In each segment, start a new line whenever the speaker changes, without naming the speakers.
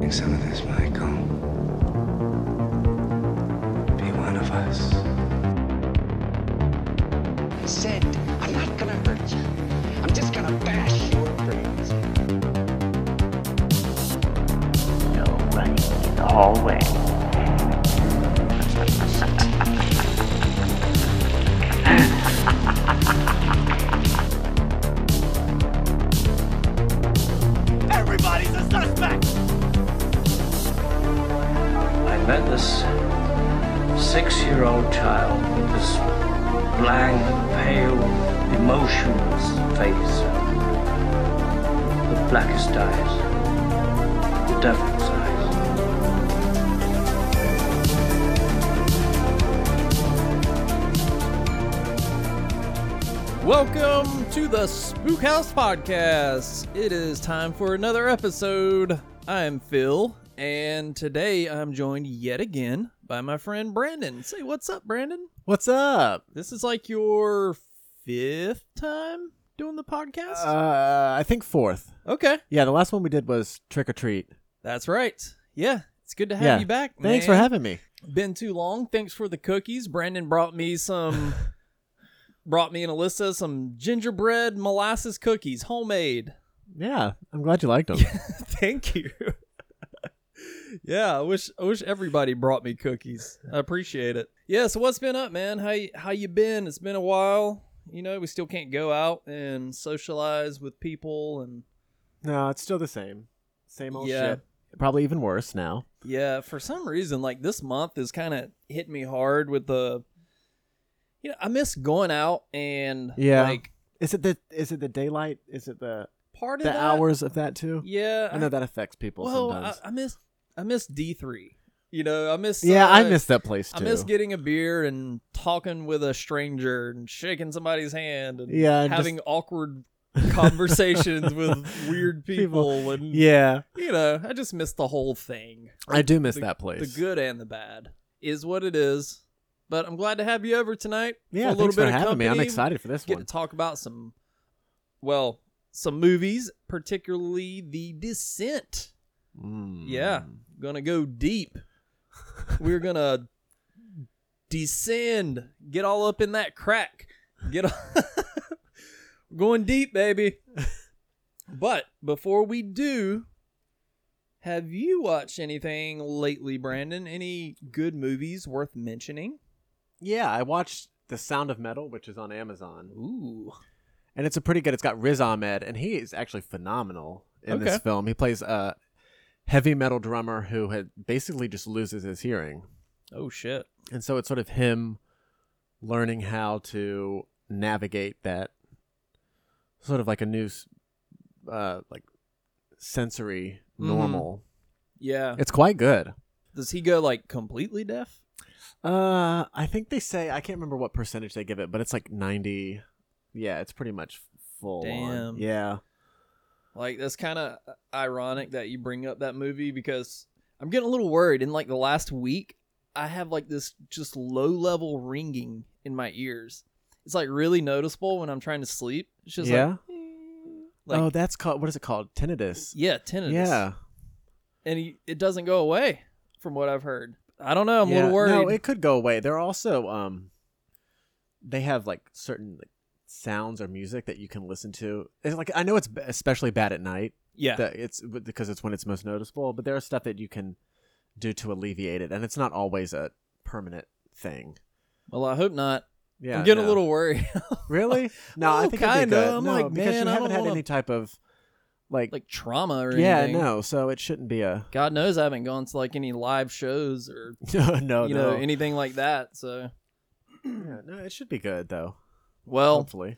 take some of this, Michael. Be one of us.
I said, I'm not gonna hurt you. I'm just gonna bash your brains.
No running in the hallway.
Everybody's a suspect!
I met this six year old child with this blank, pale, emotionless face, the blackest eyes, the devil's eyes.
Welcome to the Spook House Podcast. It is time for another episode. I am Phil, and today I'm joined yet again by my friend Brandon. Say what's up, Brandon.
What's up?
This is like your fifth time doing the podcast.
Uh, I think fourth.
okay,
Yeah, the last one we did was Trick or Treat.
that's right. Yeah, it's good to have
yeah.
you back.
Thanks
man.
for having me.
Been too long. Thanks for the cookies. Brandon brought me some. brought me and Alyssa some gingerbread molasses cookies, homemade.
Yeah, I'm glad you liked them.
Thank you. yeah, I wish I wish everybody brought me cookies. I appreciate it. Yeah, so what's been up, man? How you, how you been? It's been a while. You know, we still can't go out and socialize with people and
no, it's still the same. Same old
Yeah.
shit. Probably even worse now.
yeah, for some reason like this month is kind of hitting me hard with the you know, I miss going out and
Yeah.
like
Is it the is it the daylight? Is it the
part of
the
that,
hours of that too?
Yeah.
I know that affects people
well, I,
sometimes.
I miss I miss D3. You know, I miss
yeah, I
uh,
miss that place too.
I miss getting a beer and talking with a stranger and shaking somebody's hand and
Yeah, and
having awkward conversations with weird people,
People.
and
yeah,
you know, I just miss the whole thing.
I do miss
The-
that place.
The good and the bad is what it is. But I'm glad to have you over tonight.
yeah,
for a little
thanks
bit
for
of
having
company.
me. I'm excited for this
Get
one.
to talk about some, well, some movies, particularly The Descent.
Mm.
Yeah, gonna go deep. We're gonna descend, get all up in that crack, get all... going deep, baby. But before we do, have you watched anything lately, Brandon? Any good movies worth mentioning?
yeah. I watched The Sound of Metal, which is on Amazon.
Ooh,
and it's a pretty good. It's got Riz Ahmed, and he is actually phenomenal in this
Okay.
film. He plays a heavy metal drummer who had basically just loses his hearing,
oh shit,
and so it's sort of him learning how to navigate that sort of like a new, s- uh, like sensory
Mhm.
normal.
yeah.
It's quite good.
Does he go like completely deaf?
Uh, I think they say I can't remember what percentage they give it, but it's like ninety. Yeah, it's pretty much full. on.
Damn.
Yeah.
Like that's kind of ironic that you bring up that movie because I'm getting a little worried. In like the last week, I have like this just low level ringing in my ears. It's like really noticeable when I'm trying to sleep. It's just
Yeah?
like, like
oh, that's called what is it called? Tinnitus.
yeah, tinnitus.
Yeah,
and he, it doesn't go away from what I've heard. I don't know. I'm a little
Yeah.
worried.
No, it could go away. There are also um, they have like certain like, sounds or music that you can listen to. It's like I know it's b- especially bad at night.
yeah,
That it's because it's when it's most noticeable. But there is stuff that you can do to alleviate it, and it's not always a permanent thing.
well, I hope not.
Yeah,
I'm getting
no.
a little worried.
really. No, I
Oh,
think it'd be
kinda.
good.
I'm
No,
like,
because
man,
you
I
haven't
don't
had
wanna-
any type of like,
like trauma or
yeah,
anything.
no. So it shouldn't be a
God knows I haven't gone to like any live shows or
no, no,
you know
Oh, no.
anything like that. So
Yeah, no, it should be good though.
well.
hopefully.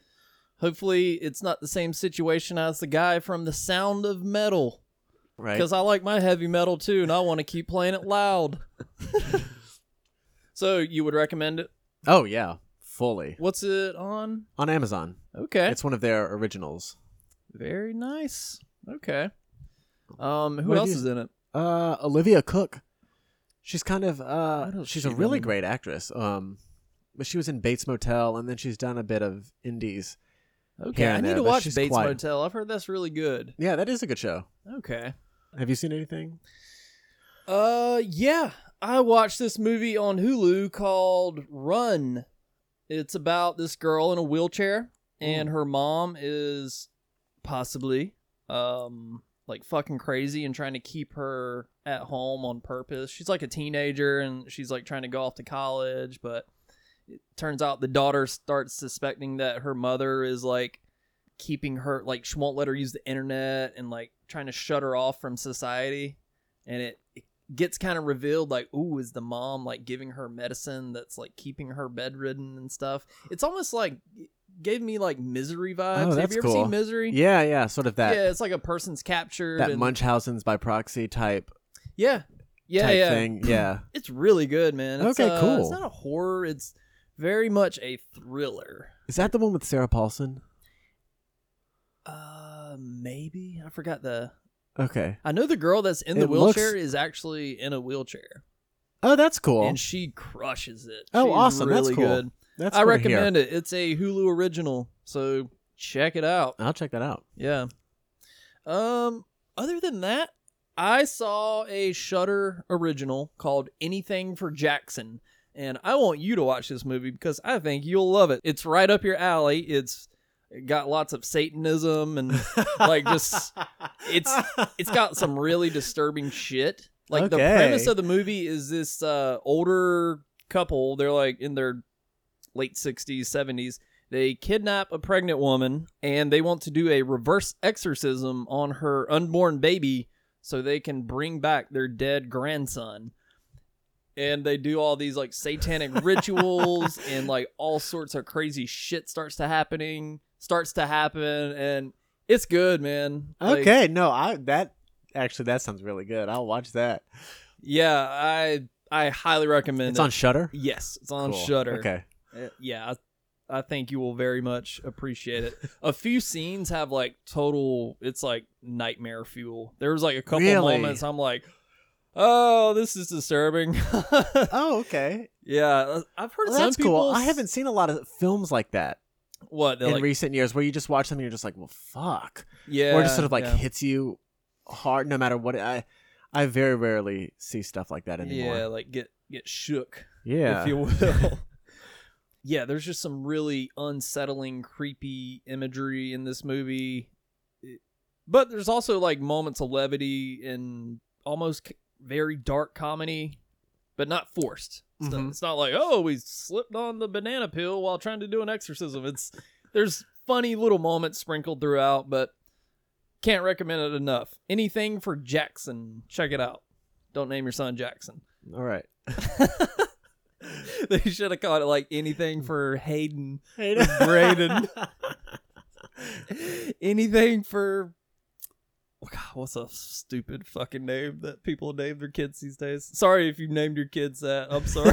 Hopefully, it's not the same situation as the guy from The Sound of Metal.
Right.
Because I like my heavy metal too, and I want to keep playing it loud. so, you would recommend it?
Oh yeah, fully
What's it on?
on Amazon.
Okay.
It's one of their originals.
very nice. Okay. Um, who
What have
else
you-
is in it?
Uh, Olivia Cook. She's kind of
What
uh,
has
she's
she
a really
done?
great actress. Um, but she was in Bates Motel, and then she's done a bit of indies.
Okay,
Yeah,
I
no,
need to
but
watch
she's
Bates
quiet.
Motel. I've heard that's really good.
Yeah, that is a good show.
Okay.
Have you seen anything?
Uh, yeah. I watched this movie on Hulu called Run. It's about this girl in a wheelchair, and her mom is possibly, um, like fucking crazy and trying to keep her at home on purpose. She's like a teenager and she's like trying to go off to college, but it turns out the daughter starts suspecting that her mother is like keeping her, like, she won't let her use the internet and like trying to shut her off from society. And it, it gets kind of revealed like, ooh, is the mom like giving her medicine that's like keeping her bedridden and stuff? It's almost like it gave me like misery vibes. Have
Oh, that's
you ever
cool.
seen misery?
Yeah, yeah, sort of that
yeah, it's like a person's captured.
that
and-
Munchausen's by proxy type
Yeah, yeah,
type
yeah.
thing. Yeah.
It's really good, man. It's,
Okay,
uh,
cool.
It's not a horror. It's very much a thriller.
Is that the one with Sarah Paulson?
Uh, maybe I forgot the.
Okay.
I know the girl that's in the
It looks-
wheelchair is actually in a wheelchair,
Oh, that's cool.
and she crushes it.
Oh,
She's
awesome. That's
Really
cool.
good.
that's
I
cool to hear.
recommend it. It's a Hulu original, so check it out.
I'll check that out.
Yeah. Um. Other than that, I saw a Shutter original called Anything for Jackson, and I want you to watch this movie because I think you'll love it. It's right up your alley. It's got lots of Satanism and like just it's it's got some really disturbing shit. Like the
Okay.
premise of the movie is this uh, older couple. They're like in their late 60s, 70s. They kidnap a pregnant woman and they want to do a reverse exorcism on her unborn baby so they can bring back their dead grandson. And they do all these like satanic rituals and like all sorts of crazy shit starts to happening, starts to happen and it's good, man. Like,
okay, no, I that actually that sounds really good. I'll watch that.
Yeah, I I highly recommend
It's
it.
on Shutter.
Yes, it's on
Cool.
Shutter.
Okay.
Uh, yeah I, I think you will very much appreciate it a few scenes have like total it's like nightmare fuel there was like a couple
Really?
moments i'm like oh this is disturbing
Oh, okay.
yeah uh, i've heard
Well,
some
that's
people
cool. I haven't seen a lot of films like that
what they're
in
like,
recent years, where you just watch them and you're just like, "Well, fuck,"
yeah
or just sort of like
yeah.
hits you hard, no matter what. I I very rarely see stuff like that
yeah
anymore.
like get get shook
Yeah,
if you will yeah there's just some really unsettling creepy imagery in this movie It- but there's also like moments of levity and almost c- very dark comedy but not forced it's, not,
Mhm.
it's not like oh we slipped on the banana peel while trying to do an exorcism it's there's funny little moments sprinkled throughout but can't recommend it enough anything for jackson check it out don't name your son jackson
All right.
they should have called it like anything for Hayden,
Mm. Braden.
anything for. Oh, God, what's a stupid fucking name that people name their kids these days? Sorry if you named your kids that. I'm sorry.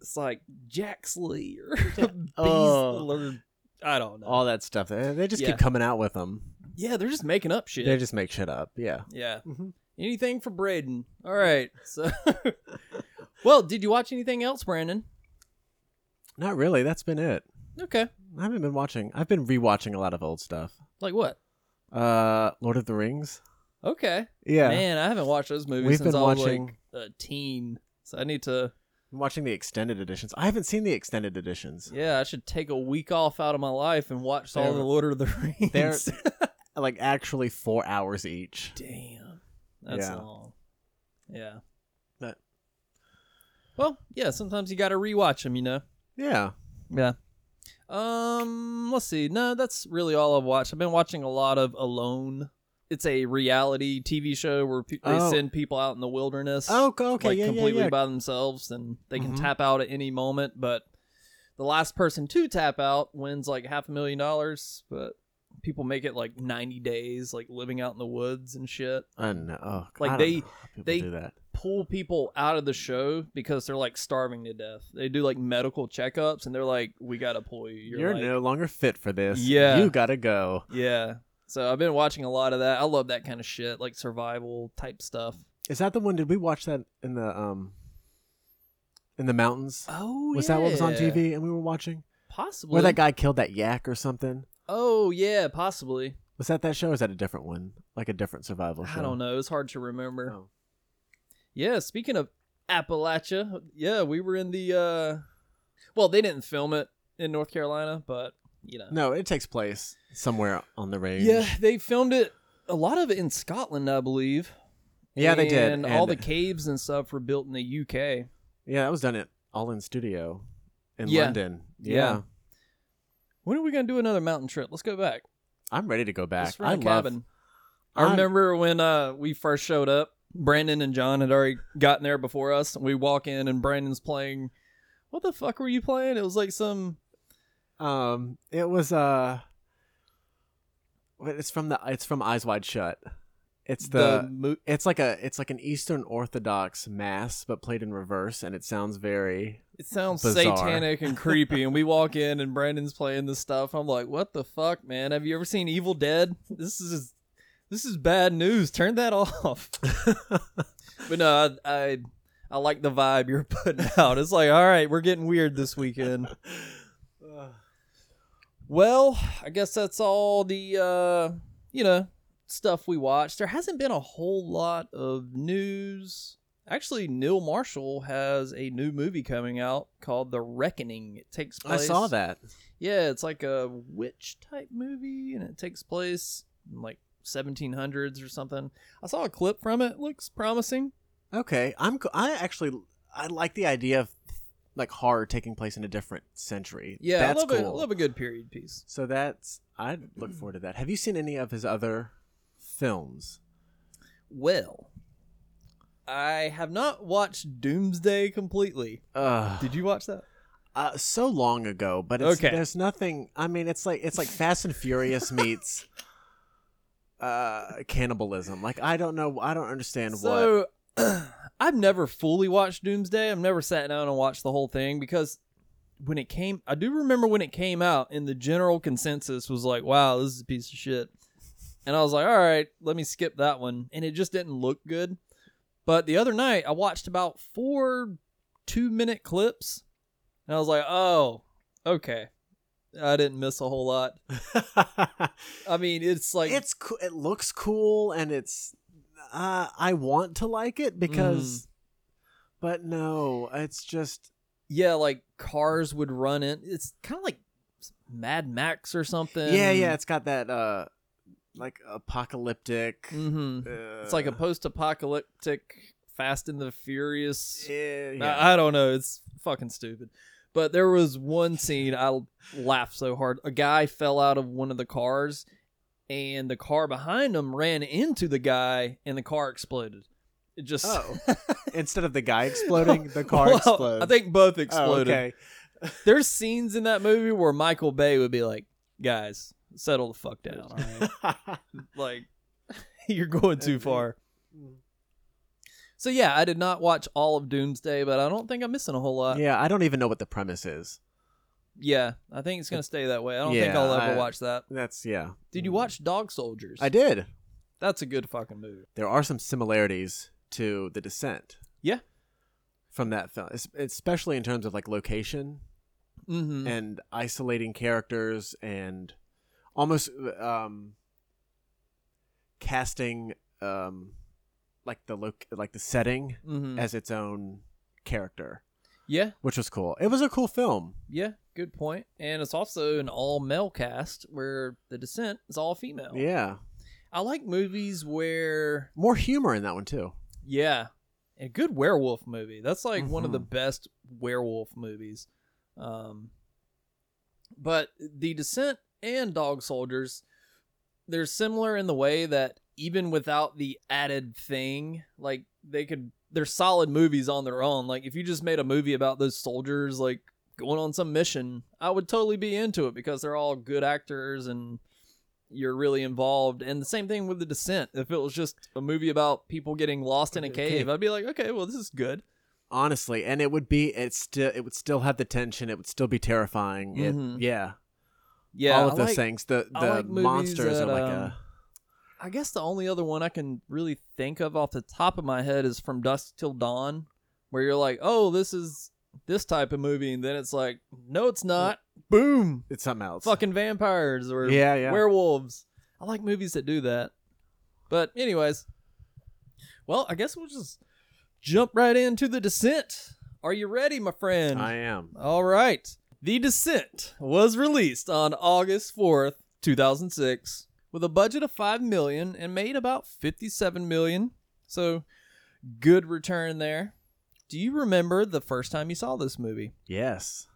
it's like Jaxley or Beasley
oh.
or I don't know.
All that stuff. They, they just
Yeah.
keep coming out with them.
yeah, they're just making up shit.
They just make shit up. Yeah.
yeah.
Mhm.
Anything for Braden. All right. So, well, did you watch anything else, Brandon?
Not really. That's been it.
Okay.
I haven't been watching. I've been rewatching a lot of old stuff.
Like what?
Uh, Lord of the Rings.
Okay.
Yeah.
Man, I haven't watched those movies
We've
since
been
I was
watching-
like a teen. So I need to
I'm watching the extended editions. I haven't seen the extended editions.
yeah, I should take a week off out of my life and watch all
They're-
the Lord of the Rings.
They're like actually four hours each.
Damn. That's
Yeah.
long. Yeah.
But-
Well, yeah, sometimes you got to rewatch them, you know.
Yeah.
Yeah. Um, let's see. No, that's really all I've watched. I've been watching a lot of Alone. It's a reality TV show where pe- they
Oh.
send people out in the wilderness.
Oh, okay.
like
yeah,
completely
yeah, yeah.
by themselves and they can
Mhm.
tap out at any moment but the last person to tap out wins like half a million dollars but people make it like 90 days like living out in the woods and shit
I know. Oh,
Like,
I don't
they-
know how people
they-
do that.
pull people out of the show because they're like starving to death they do like medical checkups and they're like we gotta pull you
You're,
you're, like,
no longer fit for this.
Yeah.
You gotta go.
yeah so i've been watching a lot of that i love that kind of shit like survival type stuff
Is that the one? Did we watch that in the um in the mountains?
oh
was that what was on TV and we were watching?
possibly
Where that guy killed that yak or something?
oh yeah possibly
Was that that show? Or is that a different one? Like a different survival show?
I don't know. It's hard to remember.
Oh.
Yeah, speaking of Appalachia, yeah, we were in the uh well, they didn't film it in North Carolina, but you know.
No, it takes place somewhere on the range.
Yeah, they filmed it a lot of it in Scotland, I believe.
yeah, they did.
And all the
and-
caves and stuff were built in the UK.
yeah, that was done at all in studio in
Yeah.
London.
Yeah.
Yeah.
When are we going to do another mountain trip? Let's go back.
I'm ready to go back.
Let's rent
I
a
love.
cabin. I
I'm-
remember when uh, we first showed up, Brandon and John had already gotten there before us. And we walk in, and Brandon's playing. What the fuck were you playing? It was like some.
Um, it was uh, wait, it's from the it's from Eyes Wide Shut. It's the,
the mo-
it's like a it's like an Eastern Orthodox mass, but played in reverse, and it sounds very
It sounds
Bizarre.
satanic and creepy, and we walk in and Brandon's playing this stuff. I'm like, what the fuck, man? Have you ever seen Evil Dead? This is this is bad news. Turn that off. but no, I, I I like the vibe you're putting out. It's like, all right, we're getting weird this weekend. Well, I guess that's all the uh, you know stuff we watched. There hasn't been a whole lot of news. Actually, Neil Marshall has a new movie coming out called The Reckoning. It takes
I
place.
saw that.
Yeah, it's like a witch type movie, and it takes place in like 1700s or something. I saw a clip from it. Looks promising.
Okay, I'm co- I actually I like the idea of like horror taking place in a different century.
Yeah,
that's
I love a,
cool.
love a good period piece.
So that's I look forward to that. Have you seen any of his other films?
Well, I have not watched Doomsday completely.
Ugh.
Did you watch that?
Uh, so long ago, but it's,
Okay.
there's nothing. I mean, it's like it's like Fast and Furious meets uh, cannibalism. Like I don't know, I don't understand what.
So I've never fully watched Doomsday. I've never sat down and watched the whole thing because when it came, I do remember when it came out, and the general consensus was like, "Wow, this is a piece of shit," and I was like, "All right, let me skip that one," and it just didn't look good. But the other night, I watched about four two-minute clips, and I was like, "Oh, okay." I didn't miss a whole lot. I mean, it's like
it's coo- it looks cool and it's uh, I want to like it
Mm-hmm.
because, but no, it's just
yeah, like cars would run in. It's kind of like Mad Max or something.
yeah, yeah. It's got that uh, like apocalyptic.
hmm It's like a
uh,
post-apocalyptic Fast and the Furious.
Yeah,
I-
yeah.
I, don't know. It's fucking stupid. But there was one scene I laughed so hard. A guy fell out of one of the cars, and the car behind him ran into the guy, and the car exploded. It just
Oh. Instead of the guy exploding, the car
Well,
explodes.
I think both
Oh,
exploded.
okay.
There's scenes in that movie where Michael Bay would be like, "Guys, settle the fuck down, all right? like, you're going too far." So yeah, I did not watch all of Doomsday, but I don't think I'm missing a whole lot. Yeah,
yeah, I don't even know what the premise is.
I think it's gonna stay that way. I don't think
Yeah,
I'll ever
I-
watch that.
That's yeah.
Did you watch Dog Soldiers?
I did.
That's a good fucking movie.
There are some similarities to The Descent.
Yeah.
From that film, es- especially in terms of like location
Mm-hmm.
and isolating characters and almost um casting um like the look like the setting
mm-hmm.
as its own character,
Yeah,
which was cool. It was a cool film.
yeah, good point. And it's also an all male cast where The Descent is all female.
Yeah.
I like movies where
More humor in that one too.
Yeah. A good werewolf movie. That's like one of the
Mhm.
best werewolf movies. Um but The Descent and Dog Soldiers they're similar in the way that even without the added thing, like they could they're solid movies on their own. Like if you just made a movie about those soldiers like going on some mission, I would totally be into it because they're all good actors and you're really involved. And the same thing with The Descent. If it was just a movie about people getting lost in a
Okay.
cave, I'd be like, okay, well, this is good.
honestly and it would be it still it would still have the tension it would still be terrifying It-
Mhm.
yeah
Yeah,
all
I
of those
like-
things the
I
the
like movies
monsters
that,
are like
um, I guess the only other one I can really think of off the top of my head is From Dusk Till Dawn, where you're like, oh, this is this type of movie, and then it's like, no, it's not. Boom,
a it's something else
fucking vampires or
Yeah, yeah.
werewolves. I like movies that do that. But anyways, well, I guess we'll just jump right into the descent. Are you ready, my friend?
I am.
All right. The Descent was released on August 4th, 2006, with a budget of 5 million and made about 57 million. So, good return there. Do you remember the first time you saw this movie?
Yes.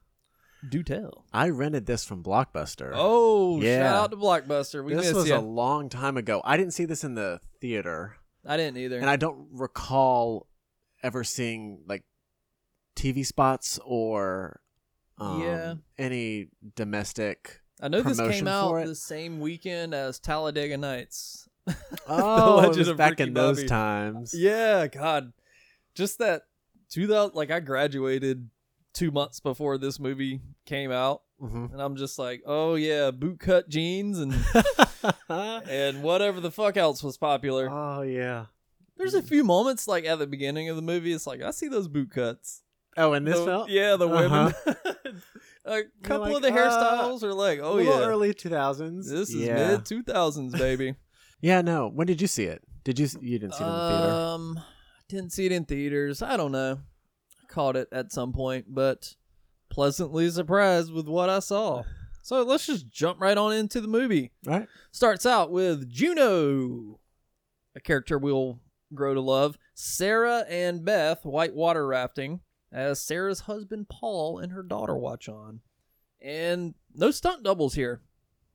Do tell.
I rented this from Blockbuster.
Oh,
Yeah.
shout out to Blockbuster. We
this
missed
was
you.
a long time ago. I didn't see this in the theater,
I didn't either.
and I don't recall ever seeing like TV spots or um,
Yeah.
any domestic.
I know this
promotion
came out
for it.
the same weekend as Talladega Nights.
Oh, it
Legend
was
of
back
Ricky
in those
Bobby.
times.
Yeah, God, just that two thousand. Like I graduated two months before this movie came out,
Mhm.
and I'm just like, oh yeah, bootcut jeans and and whatever the fuck else was popular.
oh yeah.
There's a few moments like at the beginning of the movie. It's like I see those bootcuts.
Oh, and this
The-
felt Uh-huh.
yeah, the women. a couple
like,
of the
uh,
hairstyles are like,
a
oh
little
yeah,
early two thousands.
this is
yeah.
mid two thousands, baby.
Yeah, no. When did you see it? Did you? You didn't see it in the theater.
Um, didn't see it in theaters. I don't know. I caught it at some point, but pleasantly surprised with what I saw. So let's just jump right on into the movie.
All right.
Starts out with Juno, a character we'll grow to love. Sarah and Beth whitewater rafting as Sarah's husband Paul and her daughter watch on. And no stunt doubles here.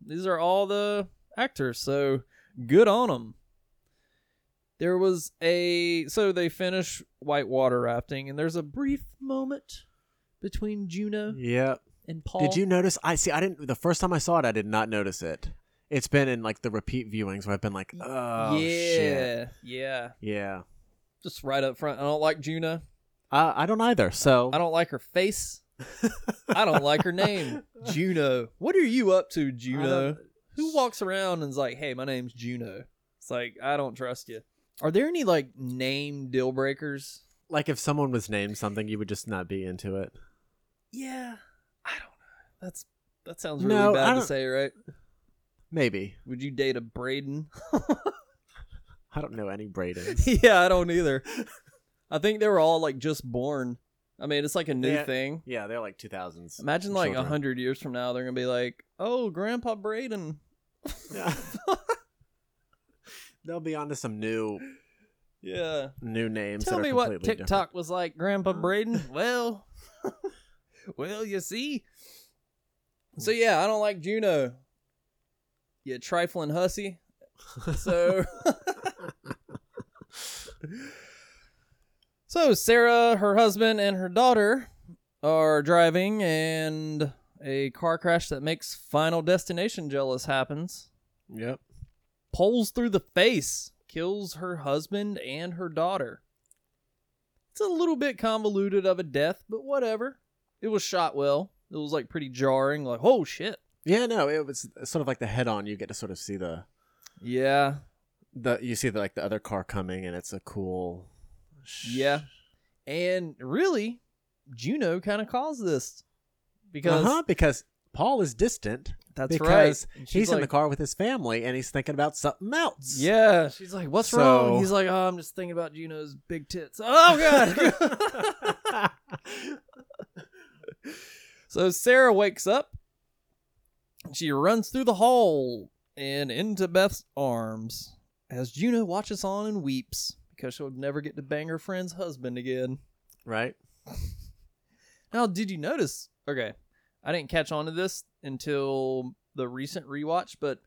These are all the actors, so good on them. There was a so they finish whitewater rafting, and there's a brief moment between Juno
Yeah.
and Paul.
Did you notice? I see. I didn't. The first time I saw it, I did not notice it. It's been in like the repeat viewings where I've been like, oh
yeah,
shit,
yeah.
yeah.
Just right up front, I don't like Juno.
I, I don't either. So
I don't like her face. I don't like her name, Juno. What are you up to, Juno? Who walks around and's like, "Hey, my name's Juno." It's like I don't trust you. Are there any like name deal breakers?
like if someone was named something, you would just not be into it.
Yeah, I don't know. That's that sounds really
No, I
bad to
don't-
say, right?
Maybe
Would you date a Braden?
I don't know any Braden.
yeah, I don't either. I think they were all like just born. I mean, it's like a new
Yeah.
thing.
yeah, they're like two thousands.
Imagine like a
Children.
hundred years from now, they're gonna be like, "Oh, Grandpa Braden."
They'll be onto some new
Yeah.
new names.
Tell
that are
me what
completely
TikTok was like, Grandpa Braden. well, well, you see. So yeah, I don't like Juno. You trifling hussy. So. so Sarah, her husband, and her daughter are driving, and a car crash that makes Final Destination jealous happens.
Different. Yep.
Poles through the face, kills her husband and her daughter. It's a little bit convoluted of a death, but whatever. It was shot well. It was like pretty jarring, like, oh shit.
Yeah, no, it was sort of like the head on. You get to sort of see the
Yeah.
the you see the, like the other car coming, and it's a cool. sh-
Yeah. And really, Juno kind of caused this because
uh-huh, because Paul is distant.
that's
because
right. And she's
he's in the
like-
car with his family and he's thinking about something else.
Yeah. She's like, what's
So-
wrong? He's like, oh, I'm just thinking about Juno's big tits. Oh, God. So Sarah wakes up. She runs through the hall and into Beth's arms as Juno watches on and weeps because she'll never get to bang her friend's husband again.
right?
Now, did you notice? Okay, I didn't catch on to this until the recent rewatch, but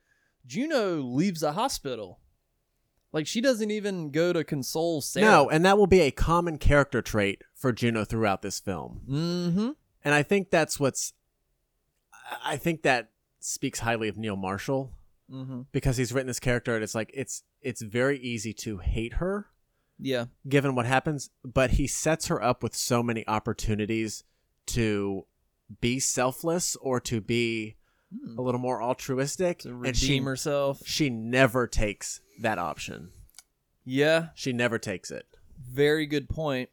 Juno leaves the hospital. Like, she doesn't even go to console Sarah.
No, and that will be a common character trait for Juno throughout this film.
Mm hmm.
And I think that's what's I- I think that speaks highly of Neil Marshall
Mm hmm.
because he's written this character and it's like it's it's very easy to hate her
Yeah.
given what happens, but he sets her up with so many opportunities to be selfless or to be
Hmm.
a little more altruistic
To
and she,
redeem herself.
she never takes that option.
Yeah.
She never takes it.
Very good point.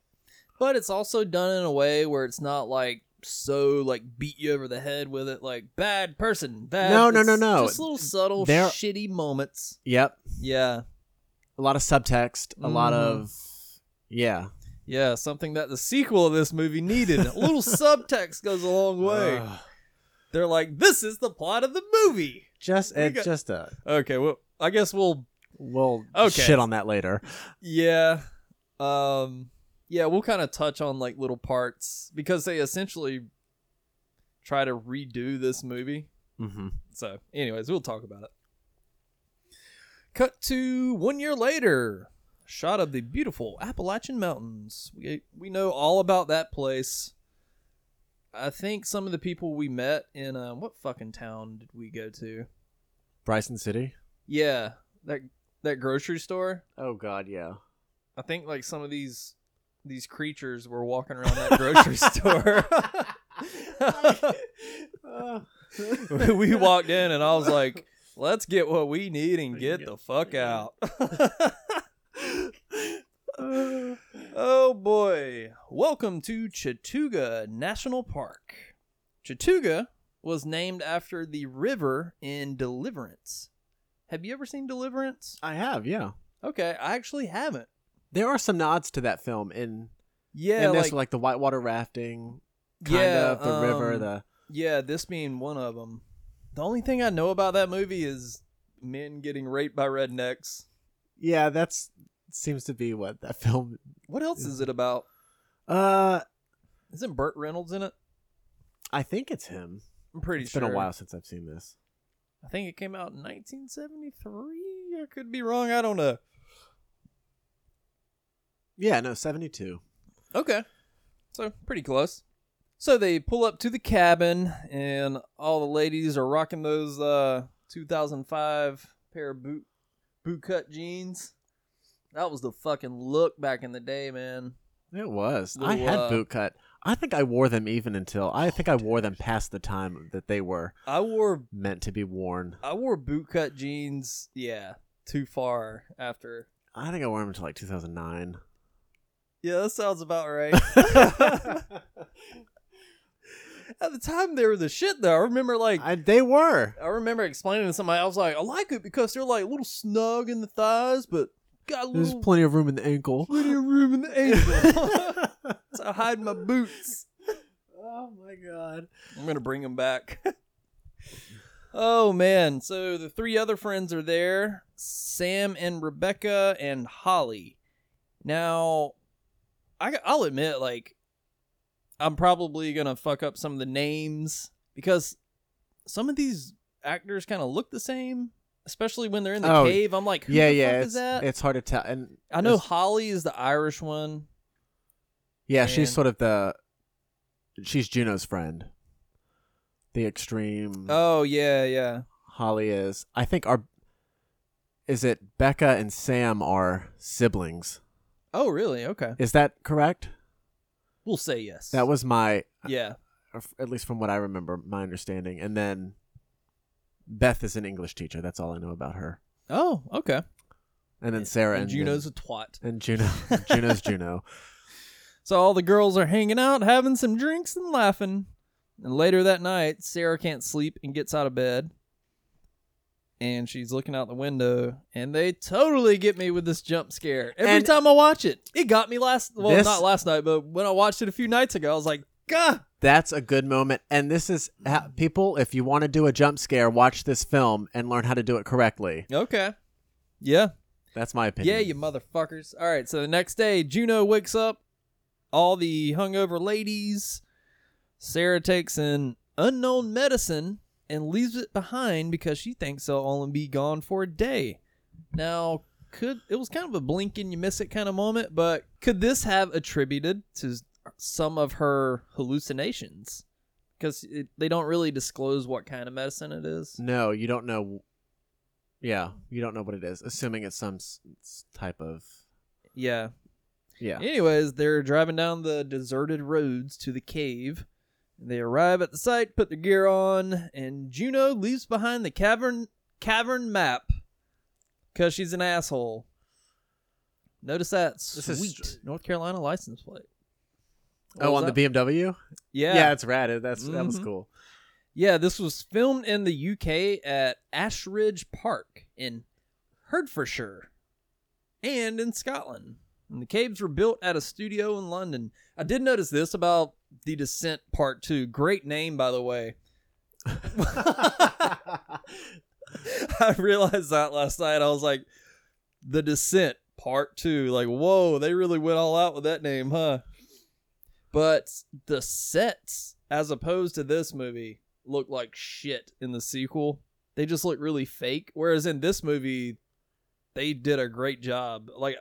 But it's also done in a way where it's not like so like beat you over the head with it like bad person bad
No, no, no,
It's
no.
just little subtle
There-
shitty moments
Yep.
yeah
A lot of subtext. A lot
Mhm.
of yeah.
yeah something that the sequel of this movie needed a little subtext goes a long way
Ugh.
they're like this is the plot of the movie
just
We
it's
got-
just a
okay well i guess we'll
we'll
Okay.
shit on that later.
Yeah. Um yeah, we'll kind of touch on like little parts because they essentially try to redo this movie.
Mm-hmm.
So, anyways, we'll talk about it. Cut to 1 year later. Shot of the beautiful Appalachian Mountains. We we know all about that place. I think some of the people we met in uh, what fucking town did we go to?
Bryson City.
Yeah, that that grocery store.
Oh God, yeah.
I think like some of these these creatures were walking around that grocery store.
Uh,
we walked in and I was like, "Let's get what we need and get the fuck out." oh boy. Welcome to Chattooga National Park. Chattooga was named after the river in Deliverance. Have you ever seen Deliverance?
I have, yeah.
Okay, I actually haven't.
There are some nods to that film in
Yeah,
in this,
like,
like, the whitewater rafting, kind
Yeah,
of the river,
um,
the
yeah, this being one of them. The only thing I know about that movie is men getting raped by rednecks.
yeah. That's seems to be what that film.
What else is it about?
Uh,
Isn't Burt Reynolds in it?
I think it's him.
I'm pretty
It's
sure.
been a while since I've seen this.
I think it came out in 1973. I could be wrong. I don't know.
Yeah, no, seventy two.
Okay. So, pretty close. So they pull up to the cabin and all the ladies are rocking those uh 2005 pair of boot bootcut jeans. That was the fucking look back in the day, man.
It was. I
Little,
had
uh, Oh,
boot cut. I think I wore them even until I think I wore them past the time that they were
I wore
meant to be worn.
I wore bootcut jeans, yeah, too far after.
I think I wore them until like two thousand nine.
Yeah, that sounds about right. At the time they were the shit though. I remember like
I, they were.
I remember explaining to somebody, I was like, I like it because they're like a little snug in the thighs, but got a
There's
little
plenty of room in the ankle.
plenty of room in the ankle. so I hide my boots.
Oh my god.
I'm gonna bring them back. oh man! So the three other friends are there: Sam and Rebecca and Holly. Now, I, I'll admit, like, I'm probably gonna fuck up some of the names because some of these actors kind of look the same, especially when they're in the
Oh,
cave. I'm like, who
yeah,
the
yeah.
fuck
It's,
is that?
it's hard to tell. And
I know
it's-
Holly is the Irish one.
Yeah,
and-
she's sort of the. She's Juno's friend. The extreme
Oh yeah, yeah.
Holly is. I think our. Is it Becca and Sam are siblings?
Oh really? Okay.
Is that correct?
We'll say yes.
That was my,
yeah.
or f- at least from what I remember, my understanding. And then Beth is an English teacher. That's all I know about her.
Oh okay.
And then Sarah and,
and Juno's a twat.
and Juno. Juno's Juno.
So all the girls are hanging out, having some drinks and laughing. And later that night, Sarah can't sleep and gets out of bed. And she's looking out the window, and they totally get me with this jump scare. Every
And-
time I watch it, it got me last well,
This-
not last night, but when I watched it a few nights ago, I was like, "Gah!"
That's a good moment. And this is how,
Mm.
people. If you want to do a jump scare, watch this film and learn how to do it correctly.
Okay, yeah,
That's my opinion.
yeah, you motherfuckers. All right, so the next day, Juno wakes up. All the hungover ladies. Sarah takes an unknown medicine and leaves it behind because she thinks they'll only be gone for a day. Now, could it was kind of a blink and you miss it kind of moment, but could this have attributed to some of her hallucinations? Because they don't really disclose what kind of medicine it is.
No, you don't know. Yeah, you don't know what it is. Assuming it's some s- s- type of
Yeah.
yeah.
Anyways, they're driving down the deserted roads to the cave. They arrive at the site, put their gear on, and Juno leaves behind the cavern cavern map because she's an asshole. Notice that
This
sweet
is-
North Carolina license plate. What
Oh,
was
on
that?
the BMW.
yeah,
yeah it's ratted. That's that was
Mhm.
cool.
Yeah, this was filmed in the UK at Ashridge Park in Hertfordshire and in Scotland. And the caves were built at a studio in London. I did notice this about The Descent Part 2. Great name, by the way. I realized that last night. I was like, The Descent Part 2. Like, whoa, they really went all out with that name, huh? But the sets, as opposed to this movie, look like shit in the sequel. They just look really fake. Whereas in this movie, they did a great job. Like,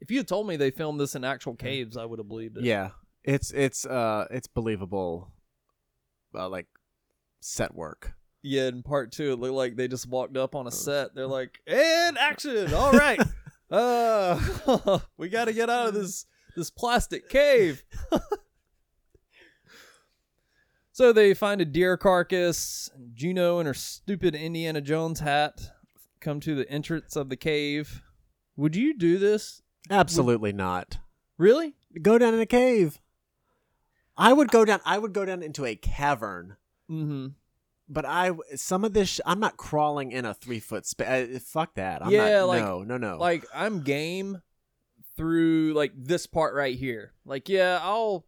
if you had told me they filmed this in actual caves, I would have believed it.
yeah, it's it's uh it's believable, uh, like set work.
Yeah, in part two, it looked like they just walked up on a set. They're like, and action. All right. uh, we got to get out of this, this plastic cave. so they find a deer carcass. Juno and her stupid Indiana Jones hat come to the entrance of the cave. Would you do this?
Absolutely not.
Really?
Go down in a cave. I would go down. I would go down into a cavern.
Mm-hmm.
But I some of this sh- I'm not crawling in a three foot space. Fuck that. I'm
Yeah,
not,
like-
no, no, no.
like I'm game through like this part right here. Like yeah, I'll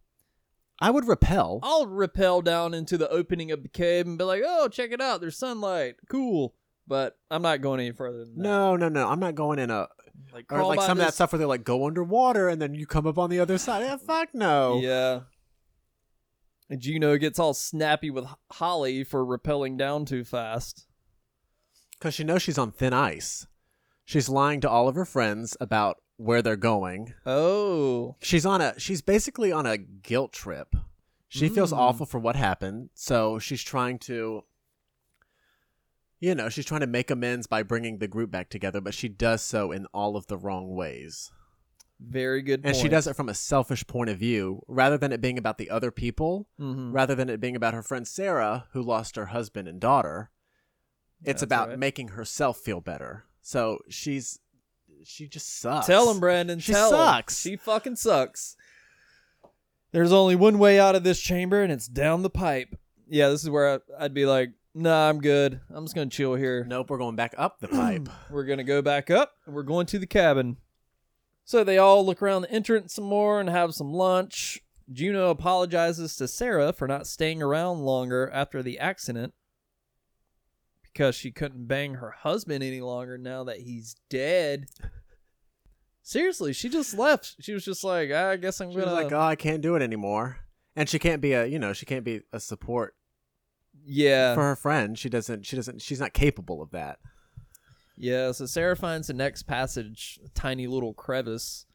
I would repel.
I'll rappel down into the opening of the cave and be like, "Oh, check it out. There's sunlight. Cool." But I'm not going any further than that.
No, no, no. I'm not going in a
Like
or
crawl
like
by
some of that
this-
stuff where they're like go underwater and then you come up on the other side. Eh, fuck no.
Yeah. And Juno gets all snappy with Ho- Holly for rappelling down too fast.
Because she knows she's on thin ice. She's lying to all of her friends about where they're going.
Oh.
She's on a she's basically on a guilt trip. She feels
Mm.
awful for what happened, so she's trying to you know, she's trying to make amends by bringing the group back together, but she does so in all of the wrong ways.
Very good
And she
point.
does it from a selfish point of view rather than it being about the other people,
Mhm.
rather than it being about her friend Sarah, who lost her husband and daughter. It's
That's
about
right.
making herself feel better. So she's she just sucks.
Tell him, Brandon.
She
tell 'em.
sucks.
She fucking sucks. There's only one way out of this chamber, and it's down the pipe. Yeah, this is where I, I'd be like, nah, I'm good. I'm just gonna chill here.
Nope, we're going back up the pipe.
We're gonna go back up. And we're going to the cabin. So they all look around the entrance some more and have some lunch. Juno apologizes to Sarah for not staying around longer after the accident because she couldn't bang her husband any longer now that he's dead. Seriously, she just left. She was just like, I guess I'm
She's
gonna
like, oh, I can't do it anymore. And she can't be a, you know, she can't be a support
yeah.
for her friend. She doesn't, she doesn't, she's not capable of that.
Yeah, so Sarah finds the next passage, a tiny little crevice.